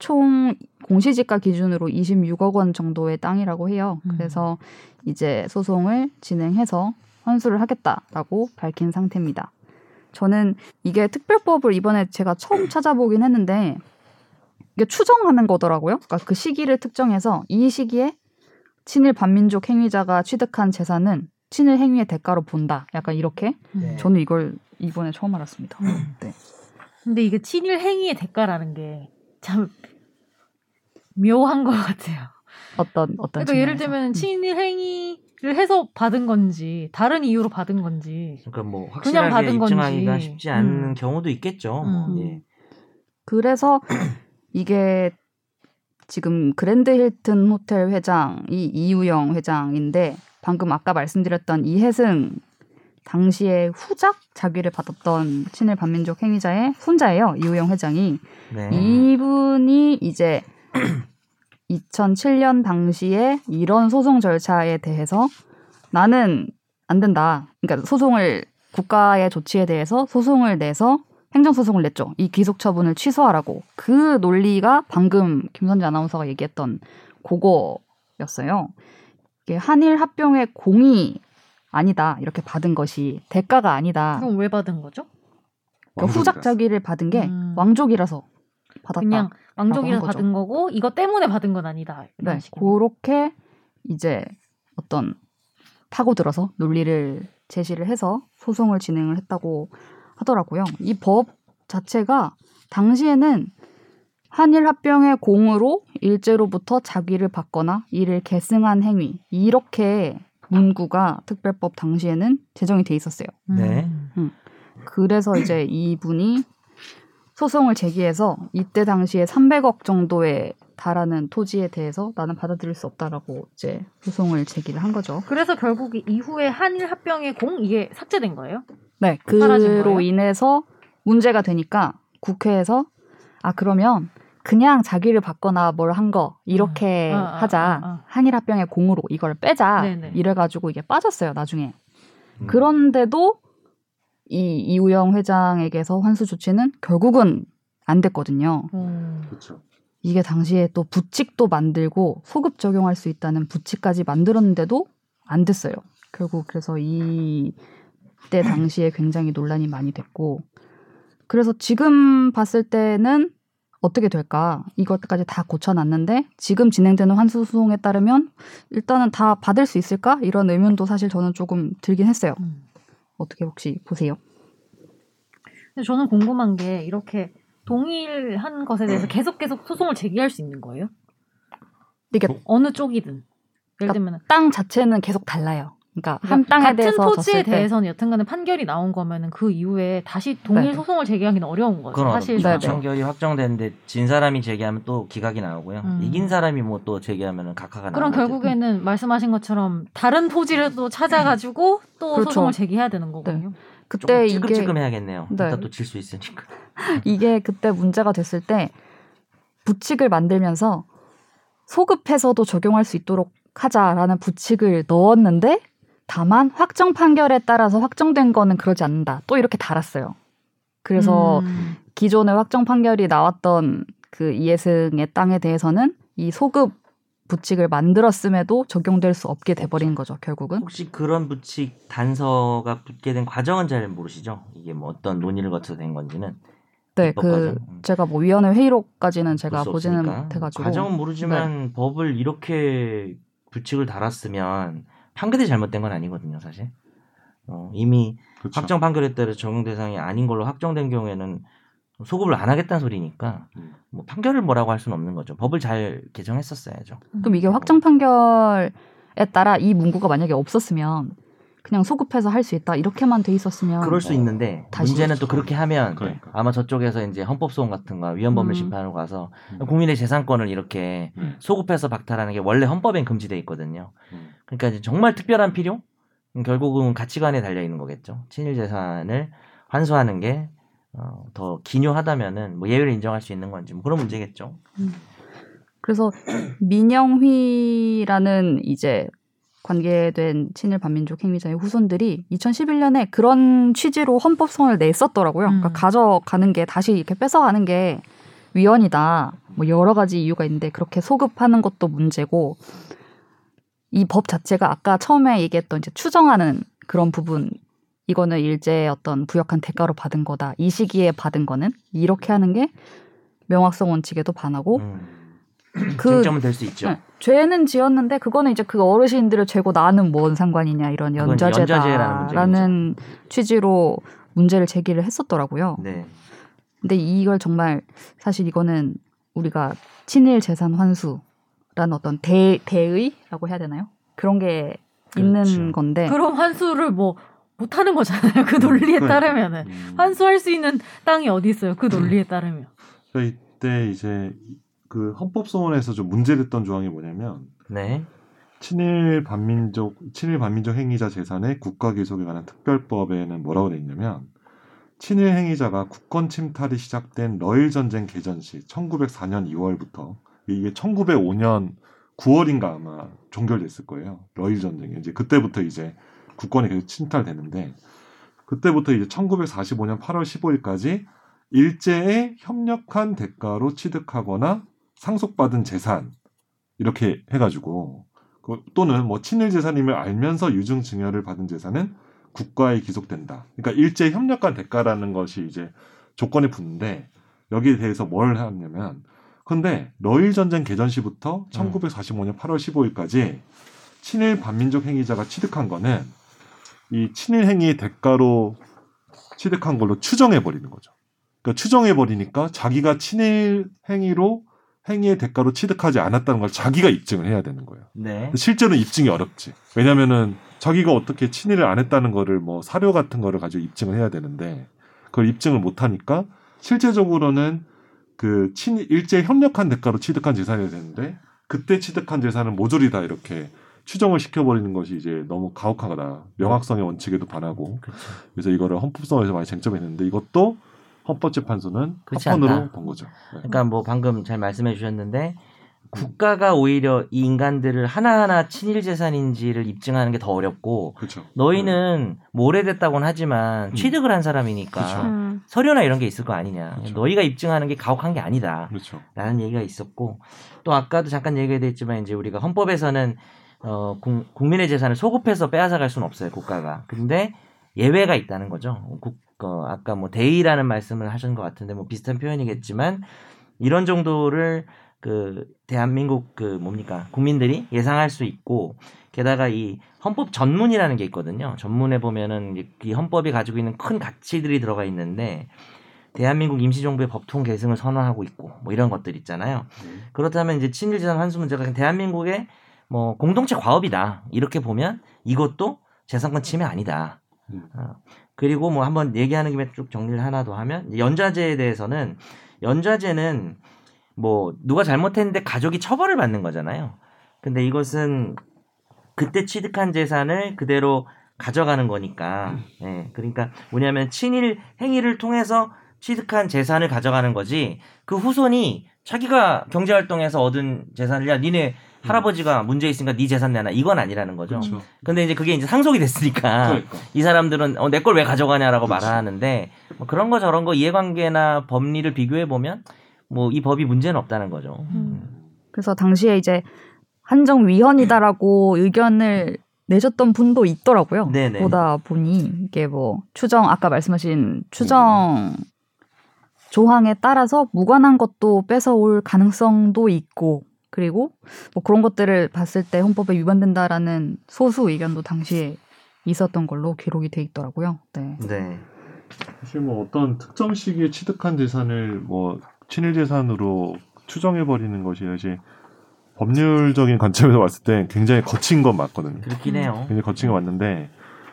A: 총 공시지가 기준으로 26억 원 정도의 땅이라고 해요.
D: 음.
A: 그래서 이제 소송을 진행해서 환수를 하겠다라고 밝힌 상태입니다. 저는 이게 특별법을 이번에 제가 처음 찾아보긴 했는데 이게 추정하는 거더라고요. 그러니까 그 시기를 특정해서 이 시기에 친일 반민족 행위자가 취득한 재산은 친일 행위의 대가로 본다. 약간 이렇게.
B: 네.
A: 저는 이걸 이번에 처음 알았습니다. 네.
D: [LAUGHS] 근데 이게 친일 행위의 대가라는 게 참 묘한 것 같아요.
A: 어떤 어떤.
D: 그러니까 예를
A: 측면에서.
D: 들면
A: 음.
D: 친일 행위를 해서 받은 건지 다른 이유로 받은 건지
B: 그러니까 뭐
D: 그냥
B: 확실하게
D: 받은 건지.
B: 입증하기가 쉽지 않은
D: 음.
B: 경우도 있겠죠. 뭐,
D: 음.
B: 예.
A: 그래서 이게 지금 그랜드 힐튼 호텔 회장이 이우영 회장인데 방금 아까 말씀드렸던 이혜승 당시에 후작 자기를 받았던 친일 반민족 행위자의 손자예요. 이우영 회장이 음.
B: 네.
A: 이분이 이제 [CLEARS THROAT] 2007년 당시에 이런 소송 절차에 대해서 나는 안 된다. 그러니까 소송을 국가의 조치에 대해서 소송을 내서 행정소송을 냈죠. 이 귀속 처분을 취소하라고. 그 논리가 방금 김선재 아나운서가 얘기했던 그거였어요. 이게 한일 합병의 공이 아니다. 이렇게 받은 것이 대가가 아니다.
D: 그럼 왜 받은 거죠?
A: 그 후작자기를 받은 게
D: 음.
A: 왕족이라서 받았다.
D: 그냥 왕족이라서
A: 한 거죠.
D: 받은 거고 이거 때문에 받은 건 아니다. 이런
A: 네,
D: 식이네요.
A: 그렇게 이제 어떤 파고들어서 논리를 제시를 해서 소송을 진행을 했다고 하더라고요. 이 법 자체가 당시에는 한일 합병의 공으로 일제로부터 자기를 받거나 이를 계승한 행위 이렇게 문구가 특별법 당시에는 제정이 돼 있었어요.
B: 네.
D: 음.
A: 그래서 이제 이분이 소송을 제기해서 이때 당시에 300억 정도에 달하는 토지에 대해서 나는 받아들일 수 없다라고 이제 소송을 제기를 한 거죠.
D: 그래서 결국 이 이후에 한일 합병의 공 이게 삭제된 거예요.
A: 네,
D: 사라진
A: 그로
D: 거예요?
A: 인해서 문제가 되니까 국회에서 아 그러면 그냥 자기를 받거나 뭘 한 거 이렇게
D: 아, 아, 아,
A: 하자
D: 아.
A: 한일 합병의 공으로 이걸 빼자
D: 네네.
A: 이래가지고 이게 빠졌어요 나중에
B: 음.
A: 그런데도 이 이우영 회장에게서 환수 조치는 결국은 안 됐거든요.
D: 음.
C: 그렇죠.
A: 이게 당시에 또 부칙도 만들고 소급 적용할 수 있다는 부칙까지 만들었는데도 안 됐어요. 결국 그래서 이 그때 당시에 굉장히 논란이 많이 됐고 그래서 지금 봤을 때는 어떻게 될까 이것까지 다 고쳐놨는데 지금 진행되는 환수 소송에 따르면 일단은 다 받을 수 있을까 이런 의문도 사실 저는 조금 들긴 했어요.
D: 음.
A: 어떻게 혹시 보세요?
D: 근데 저는 궁금한 게 이렇게 동일한 것에 대해서
A: 음.
D: 계속 계속 소송을 제기할 수 있는 거예요?
A: 이게
C: 어?
D: 어느 쪽이든. 예를 들면
A: 땅 자체는 계속 달라요. 그러니까, 한 땅에
D: 같은
A: 대해서
D: 토지에
A: 졌을 때
D: 대해서는 여튼간에 판결이 나온 거면은 그 이후에 다시 동일
A: 네.
D: 소송을 제기하기는 어려운 거죠.
B: 그건
D: 사실
A: 어렵죠.
B: 어렵죠.
A: 네.
B: 판결이 확정됐는데 진 사람이 제기하면 또 기각이 나오고요.
D: 음.
B: 이긴 사람이 뭐 또 제기하면 각하가 나오고.
D: 그럼 결국에는 말씀하신 것처럼 다른 토지를 또 찾아가지고 또
A: 그렇죠. 네.
D: 소송을 제기해야 되는 거군요.
A: 그때
B: 조금
A: 이게
B: 찔끔찔끔 해야겠네요.
A: 네.
B: 이따 또 질 수 있으니까. [LAUGHS]
A: 이게 그때 문제가 됐을 때 부칙을 만들면서 소급해서도 적용할 수 있도록 하자라는 부칙을 넣었는데 다만 확정 판결에 따라서 확정된 거는 그러지 않는다. 또 이렇게 달았어요. 그래서
D: 음.
A: 기존의 확정 판결이 나왔던 그 이해승의 땅에 대해서는 이 소급 부칙을 만들었음에도 적용될 수 없게 돼버린 거죠. 결국은
B: 혹시 그런 부칙 단서가 붙게 된 과정은 잘 모르시죠? 이게 뭐 어떤 논의를 거쳐서 된 건지는.
A: 네,
B: 입법
A: 그
B: 과정. 음.
A: 제가 뭐 위원회 회의록까지는 제가
B: 볼수
A: 보지는
B: 없으니까.
A: 못해가지고 네.
B: 과정은 모르지만 법을 이렇게 규칙을 달았으면 판결이 잘못된 건 아니거든요, 사실. 어, 이미
C: 그렇죠.
B: 확정 판결에 따라 적용 대상이 아닌 걸로 확정된 경우에는 소급을 안 하겠다는 소리니까
C: 음.
B: 뭐 판결을 뭐라고 할 수는 없는 거죠. 법을 잘 개정했었어야죠.
A: 그럼 이게 확정 판결에 따라 이 문구가 만약에 없었으면 그냥 소급해서 할 수 있다 이렇게만 돼 있었으면
B: 그럴 수
C: 어,
B: 있는데
A: 아, 네. 다시
B: 문제는 또 그렇게 하면
C: 그러니까.
B: 아마 저쪽에서 이제 헌법소원 같은 거 위헌법률
D: 음.
B: 심판으로 가서
C: 음.
B: 국민의 재산권을 이렇게
C: 음.
B: 소급해서 박탈하는 게 원래 헌법엔 금지돼 있거든요.
C: 음.
B: 그러니까 이제 정말 특별한 필요? 음, 결국은 가치관에 달려 있는 거겠죠. 친일 재산을 환수하는 게 어, 더 기묘하다면은 뭐 예외를 인정할 수 있는 건지 뭐 그런 문제겠죠.
A: 그래서 민영휘라는 이제 관계된 친일 반민족 행위자의 후손들이 2011년에 그런 취지로 헌법소원을 냈었더라고요.
D: 음.
A: 그러니까 가져가는 게 다시 이렇게 뺏어가는 게 위헌이다. 뭐 여러 가지 이유가 있는데 그렇게 소급하는 것도 문제고 이 법 자체가 아까 처음에 얘기했던 이제 추정하는 그런 부분 이거는 일제의 어떤 부역한 대가로 받은 거다. 이 시기에 받은 거는 이렇게 하는 게 명확성 원칙에도 반하고
B: 음,
A: 어? 그
B: 쟁점은 될 수 있죠.
A: 네, 죄는 지었는데 그거는 이제 그 어르신들을 죄고 나는 뭔 상관이냐 이런
B: 그건 이제 연좌제라는
A: 연좌제다라는 취지로 문제를 제기를 했었더라고요.
B: 네.
A: 근데 이걸 정말 사실 이거는 우리가 친일 재산 환수라는 어떤 대 대의라고 해야 되나요? 그런 게
B: 그렇죠.
A: 있는 건데
D: 그럼 환수를 뭐 못하는 거잖아요. 그 논리에
C: 네. 그러니까. 네.
D: 따르면은
C: 음.
D: 환수할 수 있는 땅이 어디 있어요? 그 논리에 따르면.
C: 그래서 그러니까 이때 이제 그 헌법소원에서 좀 문제됐던 조항이 뭐냐면
B: 네.
C: 친일 반민족 친일 반민족 행위자 재산의 국가 귀속에 관한 특별법에는 뭐라고 돼 있냐면 친일 행위자가 국권 침탈이 시작된 러일 전쟁 개전 시 1904년 2월부터 이게 1905년 9월인가 아마 종결됐을 거예요. 러일 전쟁이 이제 그때부터 이제 국권이 계속 침탈되는데 그때부터 이제 1945년 8월 15일까지 일제의 협력한 대가로 취득하거나 상속받은 재산 이렇게 해가지고 그- 또는 뭐 친일 재산임을 알면서 유증 증여를 받은 재산은 국가에 기속된다. 그러니까 일제 협력한 대가라는 것이 이제 조건이 붙는데 여기에 대해서 뭘 하냐면 근데 러일 전쟁 개전 시부터 1945년 8월 15일까지 친일 반민족 행위자가 취득한 거는 이 친일 행위의 대가로 취득한 걸로 추정해 버리는 거죠. 그러니까 추정해 버리니까 자기가 친일 행위로 행위의 대가로 취득하지 않았다는 걸 자기가 입증을 해야 되는 거예요.
B: 네.
C: 실제로 입증이 어렵지. 왜냐면은 자기가 어떻게 친일을 안 했다는 거를 뭐 사료 같은 거를 가지고 입증을 해야 되는데 그걸 입증을 못 하니까 실제적으로는 그 친일 일제 협력한 대가로 취득한 재산이 되는데 그때 취득한 재산은 모조리다 이렇게 추정을 시켜버리는 것이 이제 너무 가혹하다. 명확성의 원칙에도 반하고
B: 그렇죠.
C: 그래서 이거를 헌법성에서 많이 쟁점했는데 이것도 헌법재판소는
B: 그렇지 않다.
C: 헌법으로 본 거죠. 네.
B: 그러니까 뭐 방금 잘 말씀해 주셨는데 국가가 오히려 이 인간들을 하나하나 친일 재산인지를 입증하는 게 더 어렵고
C: 그렇죠.
B: 너희는 뭐 오래됐다고는 하지만
C: 음.
B: 취득을 한 사람이니까
C: 그쵸.
B: 서류나 이런 게 있을 거 아니냐.
C: 그쵸.
B: 너희가 입증하는 게 가혹한 게 아니다.
C: 그렇죠.
B: 라는 얘기가 있었고 또 아까도 잠깐 얘기가 됐지만 이제 우리가 헌법에서는 어, 국, 민의 재산을 소급해서 빼앗아갈 수는 없어요 국가가 근데 예외가 있다는 거죠. 국, 어, 아까 뭐 대의라는 말씀을 하신 것 같은데 뭐 비슷한 표현이겠지만 이런 정도를 그 대한민국 그 뭡니까 국민들이 예상할 수 있고 게다가 이 헌법 전문이라는 게 있거든요. 전문에 보면은 이제 이 헌법이 가지고 있는 큰 가치들이 들어가 있는데 대한민국 임시정부의 법통 계승을 선언하고 있고 뭐 이런 것들 있잖아요.
C: 네.
B: 그렇다면 이제 친일재산 환수 문제가 그냥 대한민국의 뭐 공동체 과업이다 이렇게 보면 이것도 재산권 침해 아니다.
C: 음.
B: 어, 그리고 뭐 한번 얘기하는 김에 쭉 정리를 하나 더 하면 이제 연좌제에 대해서는 연좌제는 뭐 누가 잘못했는데 가족이 처벌을 받는 거잖아요. 근데 이것은 그때 취득한 재산을 그대로 가져가는 거니까. 예. 그러니까 뭐냐면 친일 행위를 통해서 취득한 재산을 가져가는 거지. 그 후손이 자기가 경제 활동에서 얻은 재산을 야 니네 할아버지가 문제 있으니까 네 재산 내놔 이건 아니라는 거죠.
C: 그렇죠.
B: 근데 이제 그게 이제 상속이 됐으니까
C: 그러니까.
B: 이 사람들은 어, 내 걸 왜 가져가냐라고
C: 그렇지.
B: 말하는데 뭐 그런 거 저런 거 이해관계나 법리를 비교해 보면 뭐 이 법이 문제는 없다는 거죠.
D: 음.
A: 그래서 당시에 이제 한정 위헌이다라고 의견을 내셨던 분도 있더라고요.
B: 음. 네네.
A: 보다 보니 이게 뭐 추정 아까 말씀하신 추정 조항에 따라서 무관한 것도 뺏어올 가능성도 있고 그리고 뭐 그런 것들을 봤을 때 헌법에 위반된다라는 소수 의견도 당시에 있었던 걸로 기록이 돼 있더라고요. 네.
B: 네.
C: 사실 뭐 어떤 특정 시기에 취득한 재산을 뭐 친일 재산으로 추정해 버리는 것이 이제 법률적인 관점에서 봤을 때 굉장히 거친 건 맞거든요.
B: 그렇긴 해요.
C: 굉장히 거친 거 맞는데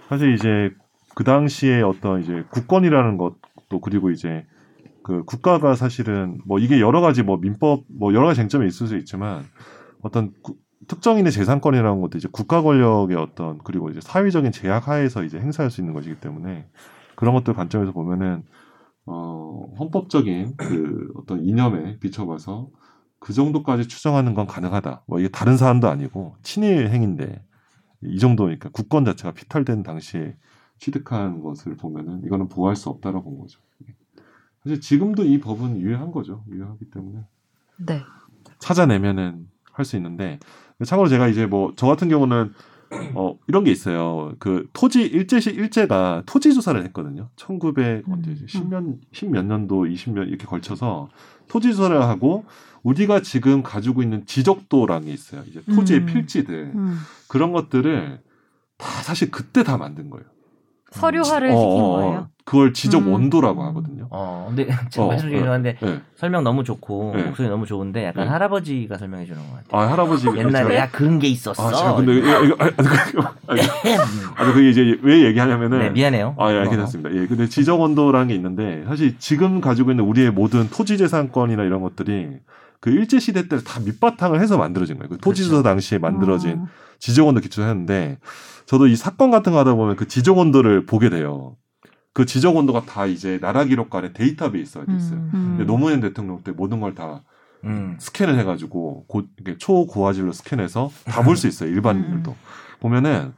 C: 사실 이제 그 당시에 어떤 이제 국권이라는 것도 그리고 이제 그 국가가 사실은 뭐 이게 여러 가지 뭐 민법 뭐 여러 가지 쟁점이 있을 수 있지만 어떤 구- 특정인의 재산권이라는 것도 이제 국가 권력의 어떤 그리고 이제 사회적인 제약 하에서 이제 행사할 수 있는 것이기 때문에 그런 것들 관점에서 보면은 어 헌법적인 그 어떤 이념에 비춰봐서 그 정도까지 추정하는 건 가능하다. 뭐 이게 다른 사안도 아니고 친일 행인데 이 정도니까 국권 자체가 피탈된 당시에 취득한 것을 보면은 이거는 보호할 수 없다라고 본 거죠. 사실 지금도 이 법은 유효한 거죠. 유효하기 때문에
A: 네.
C: 찾아내면은 할 수 있는데 참고로 제가 이제 뭐 저 같은 경우는 어 이런 게 있어요. 그 토지 일제시 일제가 토지 조사를 했거든요. 1900 언제
A: 음.
C: 10년 10몇 년도 20년 이렇게 걸쳐서 토지 조사를 하고 우리가 지금 가지고 있는 지적도라는 게 있어요. 이제 토지의
D: 음.
C: 필지들 그런 것들을 다 사실 그때 다 만든 거예요.
D: 서류화를 시킨
C: 어, 어,
D: 거예요.
C: 그걸 지적
A: 음.
C: 원도라고 하거든요.
B: 어, 근데 [LAUGHS] 제가
C: 어,
B: 말씀 중에
C: 네.
B: 죄송한데
C: 네.
B: 설명 너무 좋고
C: 네.
B: 목소리 너무 좋은데 약간
C: 네.
B: 할아버지가 설명해 주는 것 같아요.
C: 아 할아버지
B: 옛날에
C: 제가-
B: 야 그런 게 있었어.
C: 아 제가 근데 이거, 이거, 아, 아, 아, 아, 그게 이제 왜 얘기하냐면은
B: 네, 미안해요.
C: 아, 예,
B: 어.
C: 괜찮습니다. 예, 근데 지적 원도라는 게 있는데 사실 지금 가지고 있는 우리의 모든 토지 재산권이나 이런 것들이 그 일제 시대 때 다 밑바탕을 해서 만들어진 거예요. 그 토지
B: 그렇죠.
C: 조사 당시에 만들어진 지적 원도 기초로 했는데 저도 이 사건 같은 거 하다 보면 그 지적 원도를 보게 돼요. 그 지적 원도가 다 이제 나라 기록관에 데이터베이스가 돼 있어요. 근데
A: 음.
C: 노무현 대통령 때 모든 걸 다
B: 음.
C: 스캔을 해가지고 고, 이렇게 초고화질로 스캔해서 다 볼 수 있어요 일반인들도
D: 음.
C: 보면은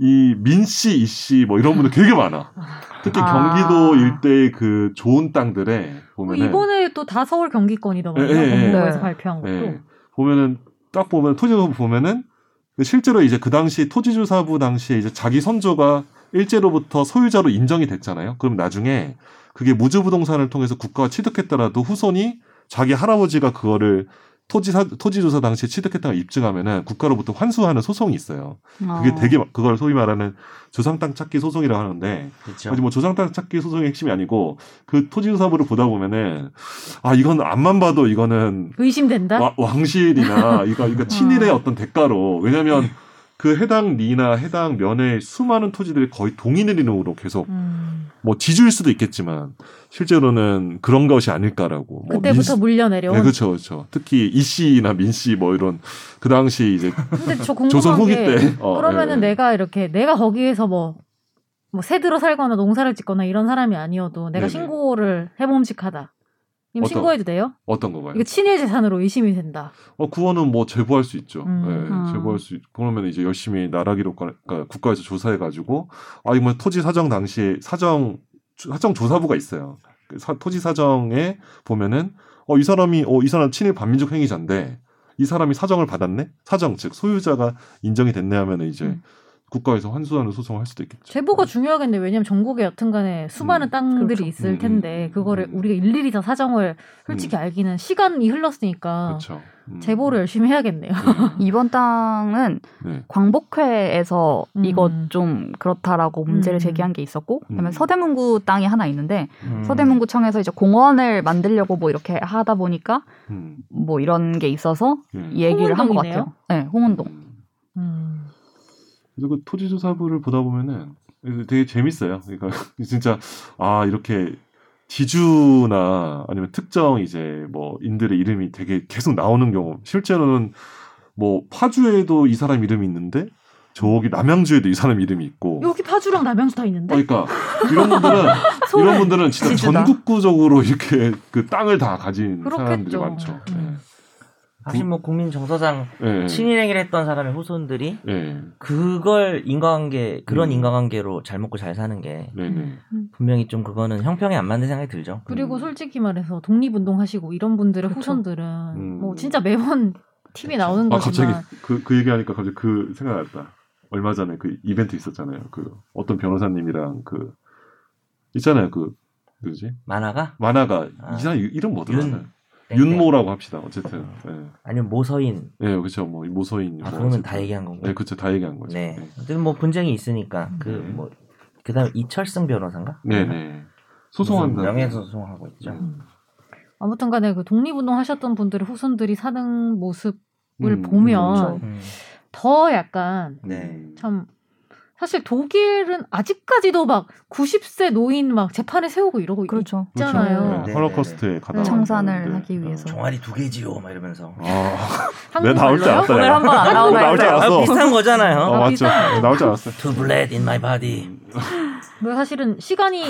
C: 이 민씨 이씨 뭐 이런 분들 되게 많아 특히
A: 아.
C: 경기도 일대의 그 좋은 땅들에
D: 어,
C: 보면은
D: 이번에 또 다 서울 경기권이더만요.
C: 예, 예, 예.
D: 법무부에서
A: 네.
D: 발표한 것도.
C: 예, 보면은 딱 보면 토지조사부 보면은 실제로 이제 그 당시 토지조사부 당시에 이제 자기 선조가 일제로부터 소유자로 인정이 됐잖아요 그럼 나중에 그게 무주부동산을 통해서 국가가 취득했더라도 후손이 자기 할아버지가 그거를 토지 사, 토지 조사 당시에 취득했다고 입증하면은 국가로부터 환수하는 소송이 있어요.
A: 아.
C: 그게 되게 막- 그걸 소위 말하는 조상 땅 찾기 소송이라고 하는데
B: 그렇죠.
C: 사실 뭐 조상 땅 찾기 소송의 핵심이 아니고 그 토지 조사부를 보다 보면은 아 이건 앞만 봐도 이거는
D: 의심된다.
C: 와- 왕실이나 이거 그러니까 친일의 어떤 대가로 왜냐하면 그 해당 리나 해당 면의 수많은 토지들이 거의 동인의 이름으로 계속
D: 음.
C: 뭐 지주일 수도 있겠지만 실제로는 그런 것이 아닐까라고. 뭐
D: 그때부터 물려 내려온.
C: 네, 그렇죠, 그렇죠. 특히 이 씨나 민 씨 뭐 이런 그 당시 이제
D: 근데 저
C: [LAUGHS]
D: 궁금한
C: 조선 후기
D: 게
C: 때. 어,
D: 그러면은
C: 예.
D: 내가 이렇게 내가 거기에서 뭐, 뭐 새들어 살거나 농사를 짓거나 이런 사람이 아니어도 내가
C: 네네.
D: 신고를 해봄직하다. 이거
C: 어떤-
D: 신고해도 돼요?
C: 어떤 거 봐요?
D: 이거 친일 재산으로 의심이 된다.
C: 어, 구원은 뭐 제보할 수 있죠.
D: 음.
C: 예,
A: 아.
C: 제보할 수 있. 그러면 이제 열심히 나라 기록관 그러니까 국가에서 조사해 가지고 아 이거 뭐 토지 사정 당시에 사정 사정 조사부가 있어요. 그 사- 토지 사정에 보면은 어 이 사람이 어 이 사람 친일 반민족 행위자인데 이 사람이 사정을 받았네. 사정 즉 소유자가 인정이 됐네 하면 이제
D: 음.
C: 국가에서 환수하는 소송을 할 수도 있겠죠.
D: 제보가 중요하겠네. 왜냐면 전국에 여튼간에 수많은
C: 음.
D: 땅들이
A: 그렇죠.
D: 있을
C: 음,
D: 텐데
C: 음,
D: 그거를
C: 음.
D: 우리가 일일이 다 사정을 솔직히
C: 음.
D: 알기는 시간이 흘렀으니까
C: 그렇죠. 음.
D: 어. 제보를 열심히 해야겠네요.
A: 이번 땅은
D: [LAUGHS]
C: 네.
A: 광복회에서
D: 음.
A: 이거 좀 그렇다라고 문제를
D: 음.
A: 제기한 게 있었고 그다음에
C: 음.
A: 서대문구 땅이 하나 있는데
B: 음.
A: 서대문구청에서 이제 공원을 만들려고 뭐 이렇게 하다 보니까
C: 음.
A: 뭐 이런 게 있어서
C: 네.
A: 이 얘기를 한 것
D: 예, 홍은동이네요?
A: 같아요. 네, 홍은동.
C: 음.
D: 음.
C: 그래서 그 토지조사부를 보다 보면은 되게 재밌어요. 그러니까 [LAUGHS] 진짜 아 이렇게 지주나 아니면 특정 이제 뭐 인들의 이름이 되게 계속 나오는 경우 실제로는 뭐 파주에도 이 사람 이름이 있는데 저기 남양주에도 이 사람 이름이 있고
D: 여기 파주랑 남양주 다 있는데
C: 그러니까 이런
D: [LAUGHS]
C: 분들은
D: 서울.
C: 이런 분들은 진짜
A: 지주다.
C: 전국구적으로 이렇게 그 땅을 다 가진 사람들이
D: 그렇겠죠.
C: 많죠.
D: 음.
B: 사실 뭐 국민 정서상
C: 예.
B: 친일행위를 했던 사람의 후손들이
C: 예.
B: 그걸 인과관계 그런
C: 음.
B: 인과관계로 잘 먹고 잘 사는 게
C: 네, 네.
B: 분명히 좀 그거는 형평에 안 맞는 생각이 들죠.
D: 그리고
C: 음.
D: 솔직히 말해서 독립운동 하시고 이런 분들의
A: 그쵸.
D: 후손들은
C: 음.
D: 뭐 진짜 매번 [LAUGHS] TV 나오는
C: 아
D: 거지만
C: 갑자기 그, 그 얘기하니까 갑자기 그 생각났다. 얼마 전에 그 이벤트 있었잖아요. 그 어떤 변호사님이랑 그 있잖아요. 그 누구지?
B: 만화가
C: 만화가
B: 아.
C: 이사 이름 뭐더라?
B: 윤.
C: 모라고 합시다. 어쨌든 예,
B: 아니면 모서인.
C: 예 그렇죠. 뭐 모서인.
B: 아
C: 뭐
B: 그거는
C: 어쨌든.
B: 다 얘기한 거고.
C: 예, 그렇죠. 다 얘기한 거죠.
B: 네. 근데 뭐 분쟁이 있으니까 그
C: 음.
B: 뭐 그다음 이철승 변호사인가?
C: 네, 네.
B: 무슨
C: 소송한다. 네.
B: 명예훼손하고 있죠.
C: 음.
D: 아무튼간에 그 독립운동 하셨던 분들의 후손들이 사는 모습을
C: 음,
D: 보면
C: 그렇죠.
B: 음.
D: 더 약간
B: 네.
D: 참 사실 독일은 아직까지도 막 90세 노인 막 재판에 세우고 이러고
A: 그렇죠.
D: 있잖아요.
B: 네, 네.
C: 헐로코스트에 가다
A: 청산을
C: 왔는데.
A: 하기 위해서.
B: 종아리 두 개지요, 막 이러면서.
C: 아, 네,
D: 한국말로요?
C: 나올 줄 알았어요.
A: 오늘 한번 안
C: 한국
A: 나오나
C: 나올 줄
A: 했어요.
C: 알았어.
B: 아, 비슷한
C: 어,
B: 거잖아요.
C: 맞죠. 음. 나올 줄 알았어.
B: To blood in my body.
D: 뭐 사실은 시간이
C: [LAUGHS]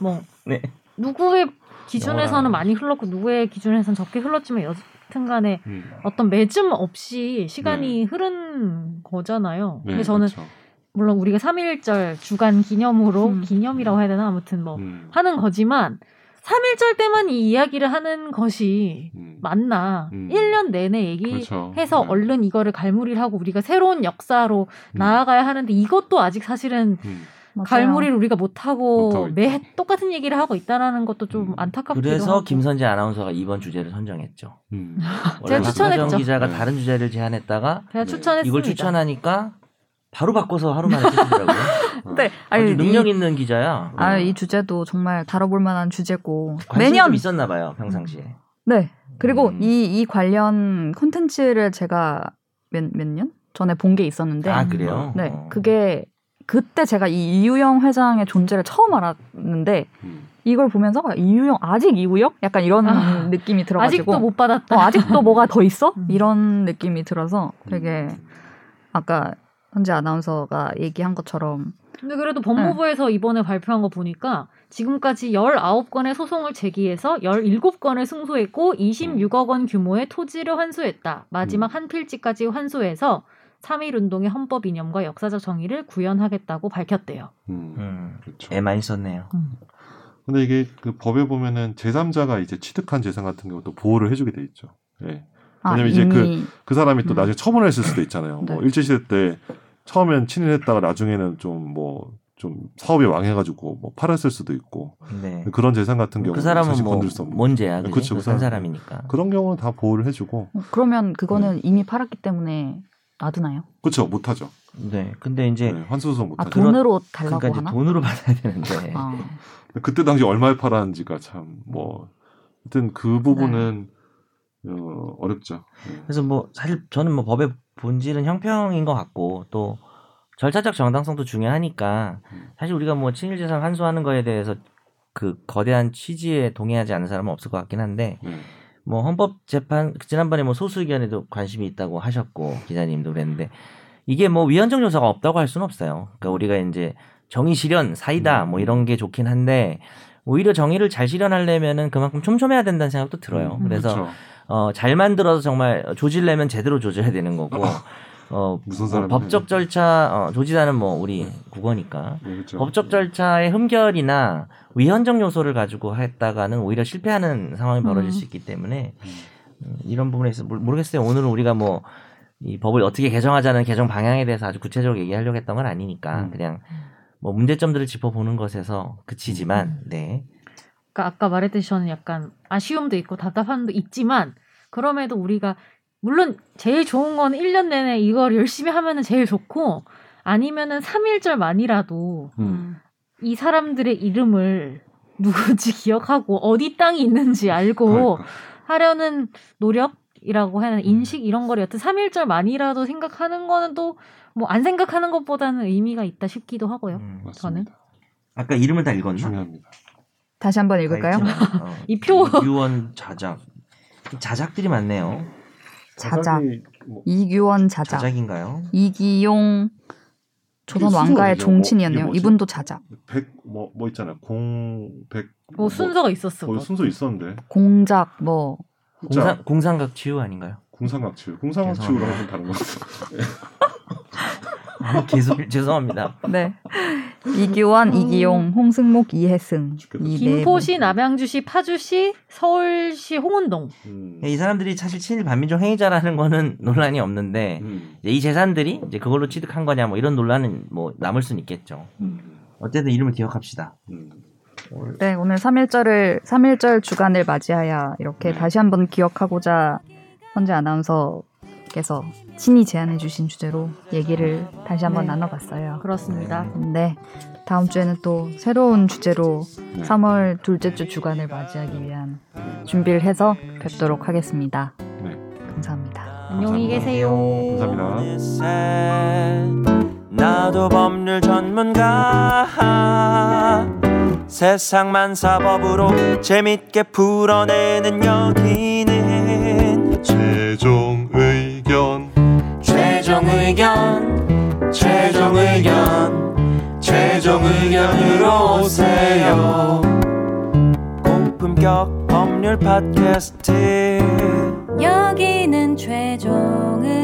D: 뭐
B: 네.
D: 누구의 기준에서는
B: 영화라.
D: 많이 흘렀고 누구의 기준에서는 적게 흘렀지만 여튼간에
C: 음.
D: 어떤 매점 없이 시간이 흐른 거잖아요.
C: 네,
D: 근데 저는
C: 그렇죠.
D: 물론 우리가 3.1절 주간 기념으로
A: 음.
D: 기념이라고 해야 되나 아무튼 뭐
C: 음.
D: 하는 거지만 3.1절 때만 이 이야기를 하는 것이
C: 음.
D: 맞나
C: 음.
D: 1년 내내 얘기해서
C: 그렇죠. 네.
D: 얼른 이거를 갈무리를 하고 우리가 새로운 역사로 나아가야 하는데 이것도 아직 사실은
C: 음.
A: 맞아요.
D: 갈무리를 우리가 못하고
C: 못하고 있다.
D: 매해 똑같은 얘기를 하고 있다라는 것도 좀
C: 음.
D: 안타깝기도
B: 그래서
D: 하고
B: 김선재 아나운서가 이번 주제를 선정했죠.
C: 음.
B: 원래
D: 추천했죠.
B: 박정 기자가
C: 네.
B: 다른 주제를 제안했다가
D: 제가
C: 네.
D: 추천했습니다.
B: 이걸 추천하니까 바로 바꿔서 하루 만에
A: [LAUGHS]
B: 쓰더라고요.
A: 네, 아니
B: 아주 능력
A: 이,
B: 있는 기자야.
A: 아, 이 주제도 정말 다뤄볼 만한 주제고
B: 관심이
A: 매년
B: 좀 있었나 봐요 평상시에.
A: 네. 그리고
C: 음.
A: 이 이 관련 콘텐츠를 제가 몇 몇 년 전에 본 게 있었는데
B: 아 그래요?
A: 네,
B: 어.
A: 그게 그때 제가 이 이유영 회장의 존재를 처음 알았는데
C: 음.
A: 이걸 보면서 아, 이유영 아직 이유영? 약간 이런
D: 아,
A: 느낌이 들어가지고
D: 아직도 못 받았다.
A: 어, 아직도 뭐가 더 있어?
D: 음.
A: 이런 느낌이 들어서 되게
C: 음.
A: 아까 현재 아나운서가 얘기한 것처럼
D: 근데 그래도 법무부에서 이번에 발표한 거 보니까 지금까지 19건의 소송을 제기해서 17건을 승소했고 26억 원 규모의 토지를 환수했다. 마지막
C: 음.
D: 한 필지까지 환수해서 3.1 운동의 헌법 이념과 역사적 정의를 구현하겠다고 밝혔대요.
C: 음.
B: 음,
C: 그렇죠.
B: 애 많이 썼네요.
C: 근데 이게 그 법에 보면은 제3자가 이제 취득한 재산 같은 경우도 보호를 해주게 돼 있죠. 예.
A: 아,
C: 왜냐면 이제
A: 이미
C: 그 사람이 또
A: 음.
C: 나중에 처분을 했을 수도 있잖아요. 뭐
A: 네.
C: 일제시대 때 처음엔 친일했다가 나중에는 좀 뭐 좀 사업이 망해가지고 뭐 팔았을 수도 있고
B: 네.
C: 그런 재산 같은 경우
B: 그 사람은
C: 사실
B: 뭐
C: 건들 수 없는
B: 뭔죄야?
C: 네,
B: 그죠?
C: 그쵸,
B: 그
C: 그
B: 산
C: 사람.
B: 사람이니까.
C: 그런 경우는 다 보호를 해주고
A: 어, 그러면 그거는 이미 팔았기 때문에 놔두나요?
C: 그렇죠 못하죠.
B: 네. 근데 이제
C: 네, 환수소송
A: 아
C: 못하죠.
B: 그런-
A: 돈으로 달라고
B: 그러니까 이제
A: 하나?
B: 돈으로 [LAUGHS] 받아야 되는데.
A: 아,
C: 그때 당시 얼마에 팔았는지가 참 뭐 하여튼 그 부분은
B: 네.
C: 어, 어렵죠. 네.
B: 그래서 뭐 사실 저는 뭐 법의 본질은 형평인 것 같고 또 절차적 정당성도 중요하니까
C: 음.
B: 사실 우리가 뭐 친일재산 환수하는 거에 대해서 그 거대한 취지에 동의하지 않는 사람은 없을 것 같긴 한데
C: 네.
B: 뭐 헌법재판 지난번에 뭐 소수 의견에도 관심이 있다고 하셨고 기자님도 그랬는데 이게 뭐 위헌적 요소가 없다고 할 수는 없어요. 그러니까 우리가 이제 정의 실현 사이다 뭐 이런 게 좋긴 한데 오히려 정의를 잘 실현하려면은 그만큼 촘촘해야 된다는 생각도 들어요.
D: 음,
B: 그래서
C: 그렇죠.
B: 어, 잘 만들어서 정말 조질려면 제대로 조져야 되는 거고, 어,
C: 무슨
B: 뭐
C: 아, 그 사람이네.
B: 법적 절차, 어, 조지다는 뭐 우리 국어니까.
C: 네, 그렇죠.
B: 법적 절차의 흠결이나 위헌적 요소를 가지고 했다가는 오히려 실패하는 상황이 벌어질
D: 음.
B: 수 있기 때문에
C: 음.
B: 음, 이런 부분에 있어 모르겠어요. 오늘은 우리가 뭐 이 법을 어떻게 개정하자는 개정 방향에 대해서 아주 구체적으로 얘기하려고 했던 건 아니니까
C: 음.
B: 그냥 뭐 문제점들을 짚어보는 것에서
D: 음.
B: 그치지만 네.
D: 그러니까 아까 말했듯이 저는 약간 아쉬움도 있고 답답함도 있지만 그럼에도 우리가 물론 제일 좋은 건 1년 내내 이걸 열심히 하면은 제일 좋고 아니면은 3일절만이라도
C: 음.
D: 이 사람들의 이름을 누구지 기억하고 어디 땅이 있는지 알고
C: 그러니까.
D: 하려는 노력이라고 하는 인식 이런 거를 여튼 3일절만이라도 생각하는 거는 또 뭐 안 생각하는 것보다는 의미가 있다 싶기도 하고요.
B: 음.
C: 맞습니다.
B: 아까 이름을 다 읽었나?
C: 중요합니다.
A: 다시 한번 읽을까요?
B: 아,
A: [LAUGHS]
D: 이 표.
B: 어. 유원 자작. 자작들이 많네요.
A: 자작.
C: 자작이 뭐
A: 이규원 자작,
B: 자작인가요?
A: 이기용 조선
C: 이게
A: 왕가의
C: 순서예요. 뭐,
A: 종친이었네요.
C: 이게 뭐지?
A: 이분도 자작,
C: 백뭐뭐 있잖아. 공백
D: 뭐 순서가 있었어.
C: 뭐,
D: 그거.
C: 순서 있었는데.
A: 공작 뭐
B: 공상, 공상각 치유 아닌가요?
C: 공상각치유. 공상각치유랑 좀 다른 것 같아.
B: 아, 계속 죄송합니다. [LAUGHS]
A: 네. 이규원, 이기용, 홍승목, 이혜승,
C: 죽겠다.
A: 이네
D: 뭐 김포시,
A: 분.
D: 남양주시, 파주시, 서울시, 홍은동.
C: 음.
B: 이 사람들이 사실 친일 반민족 행위자라는 거는 논란이 없는데
C: 음.
B: 이제 이 재산들이 이제 그걸로 취득한 거냐 뭐 이런 논란은 뭐 남을 수는 있겠죠.
C: 음.
B: 어쨌든 이름을 기억합시다.
C: 음.
A: 네, 오늘 3.1절을 3.1절 주간을 맞이하여
D: 네.
A: 이렇게 다시 한번 기억하고자 현재 아나운서께서 친히 제안해 주신 주제로 얘기를 다시 한번
D: 네.
A: 나눠봤어요.
D: 그렇습니다.
A: 네. 다음 주에는 또 새로운 주제로
C: 네.
A: 3월 둘째 주 주간을 맞이하기 위한 준비를 해서 뵙도록 하겠습니다.
C: 네.
A: 감사합니다.
D: 안녕히 계세요.
B: 네.
C: 감사합니다.
E: 나도 법률 전문가 세상만 사법으로 재밌게 풀어내는 여기는
C: 최종 의견.
E: 최종 의견 최종 의견 최종 의견으로 오세요 고품격 법률 팟캐스트
F: 여기는 최종 의견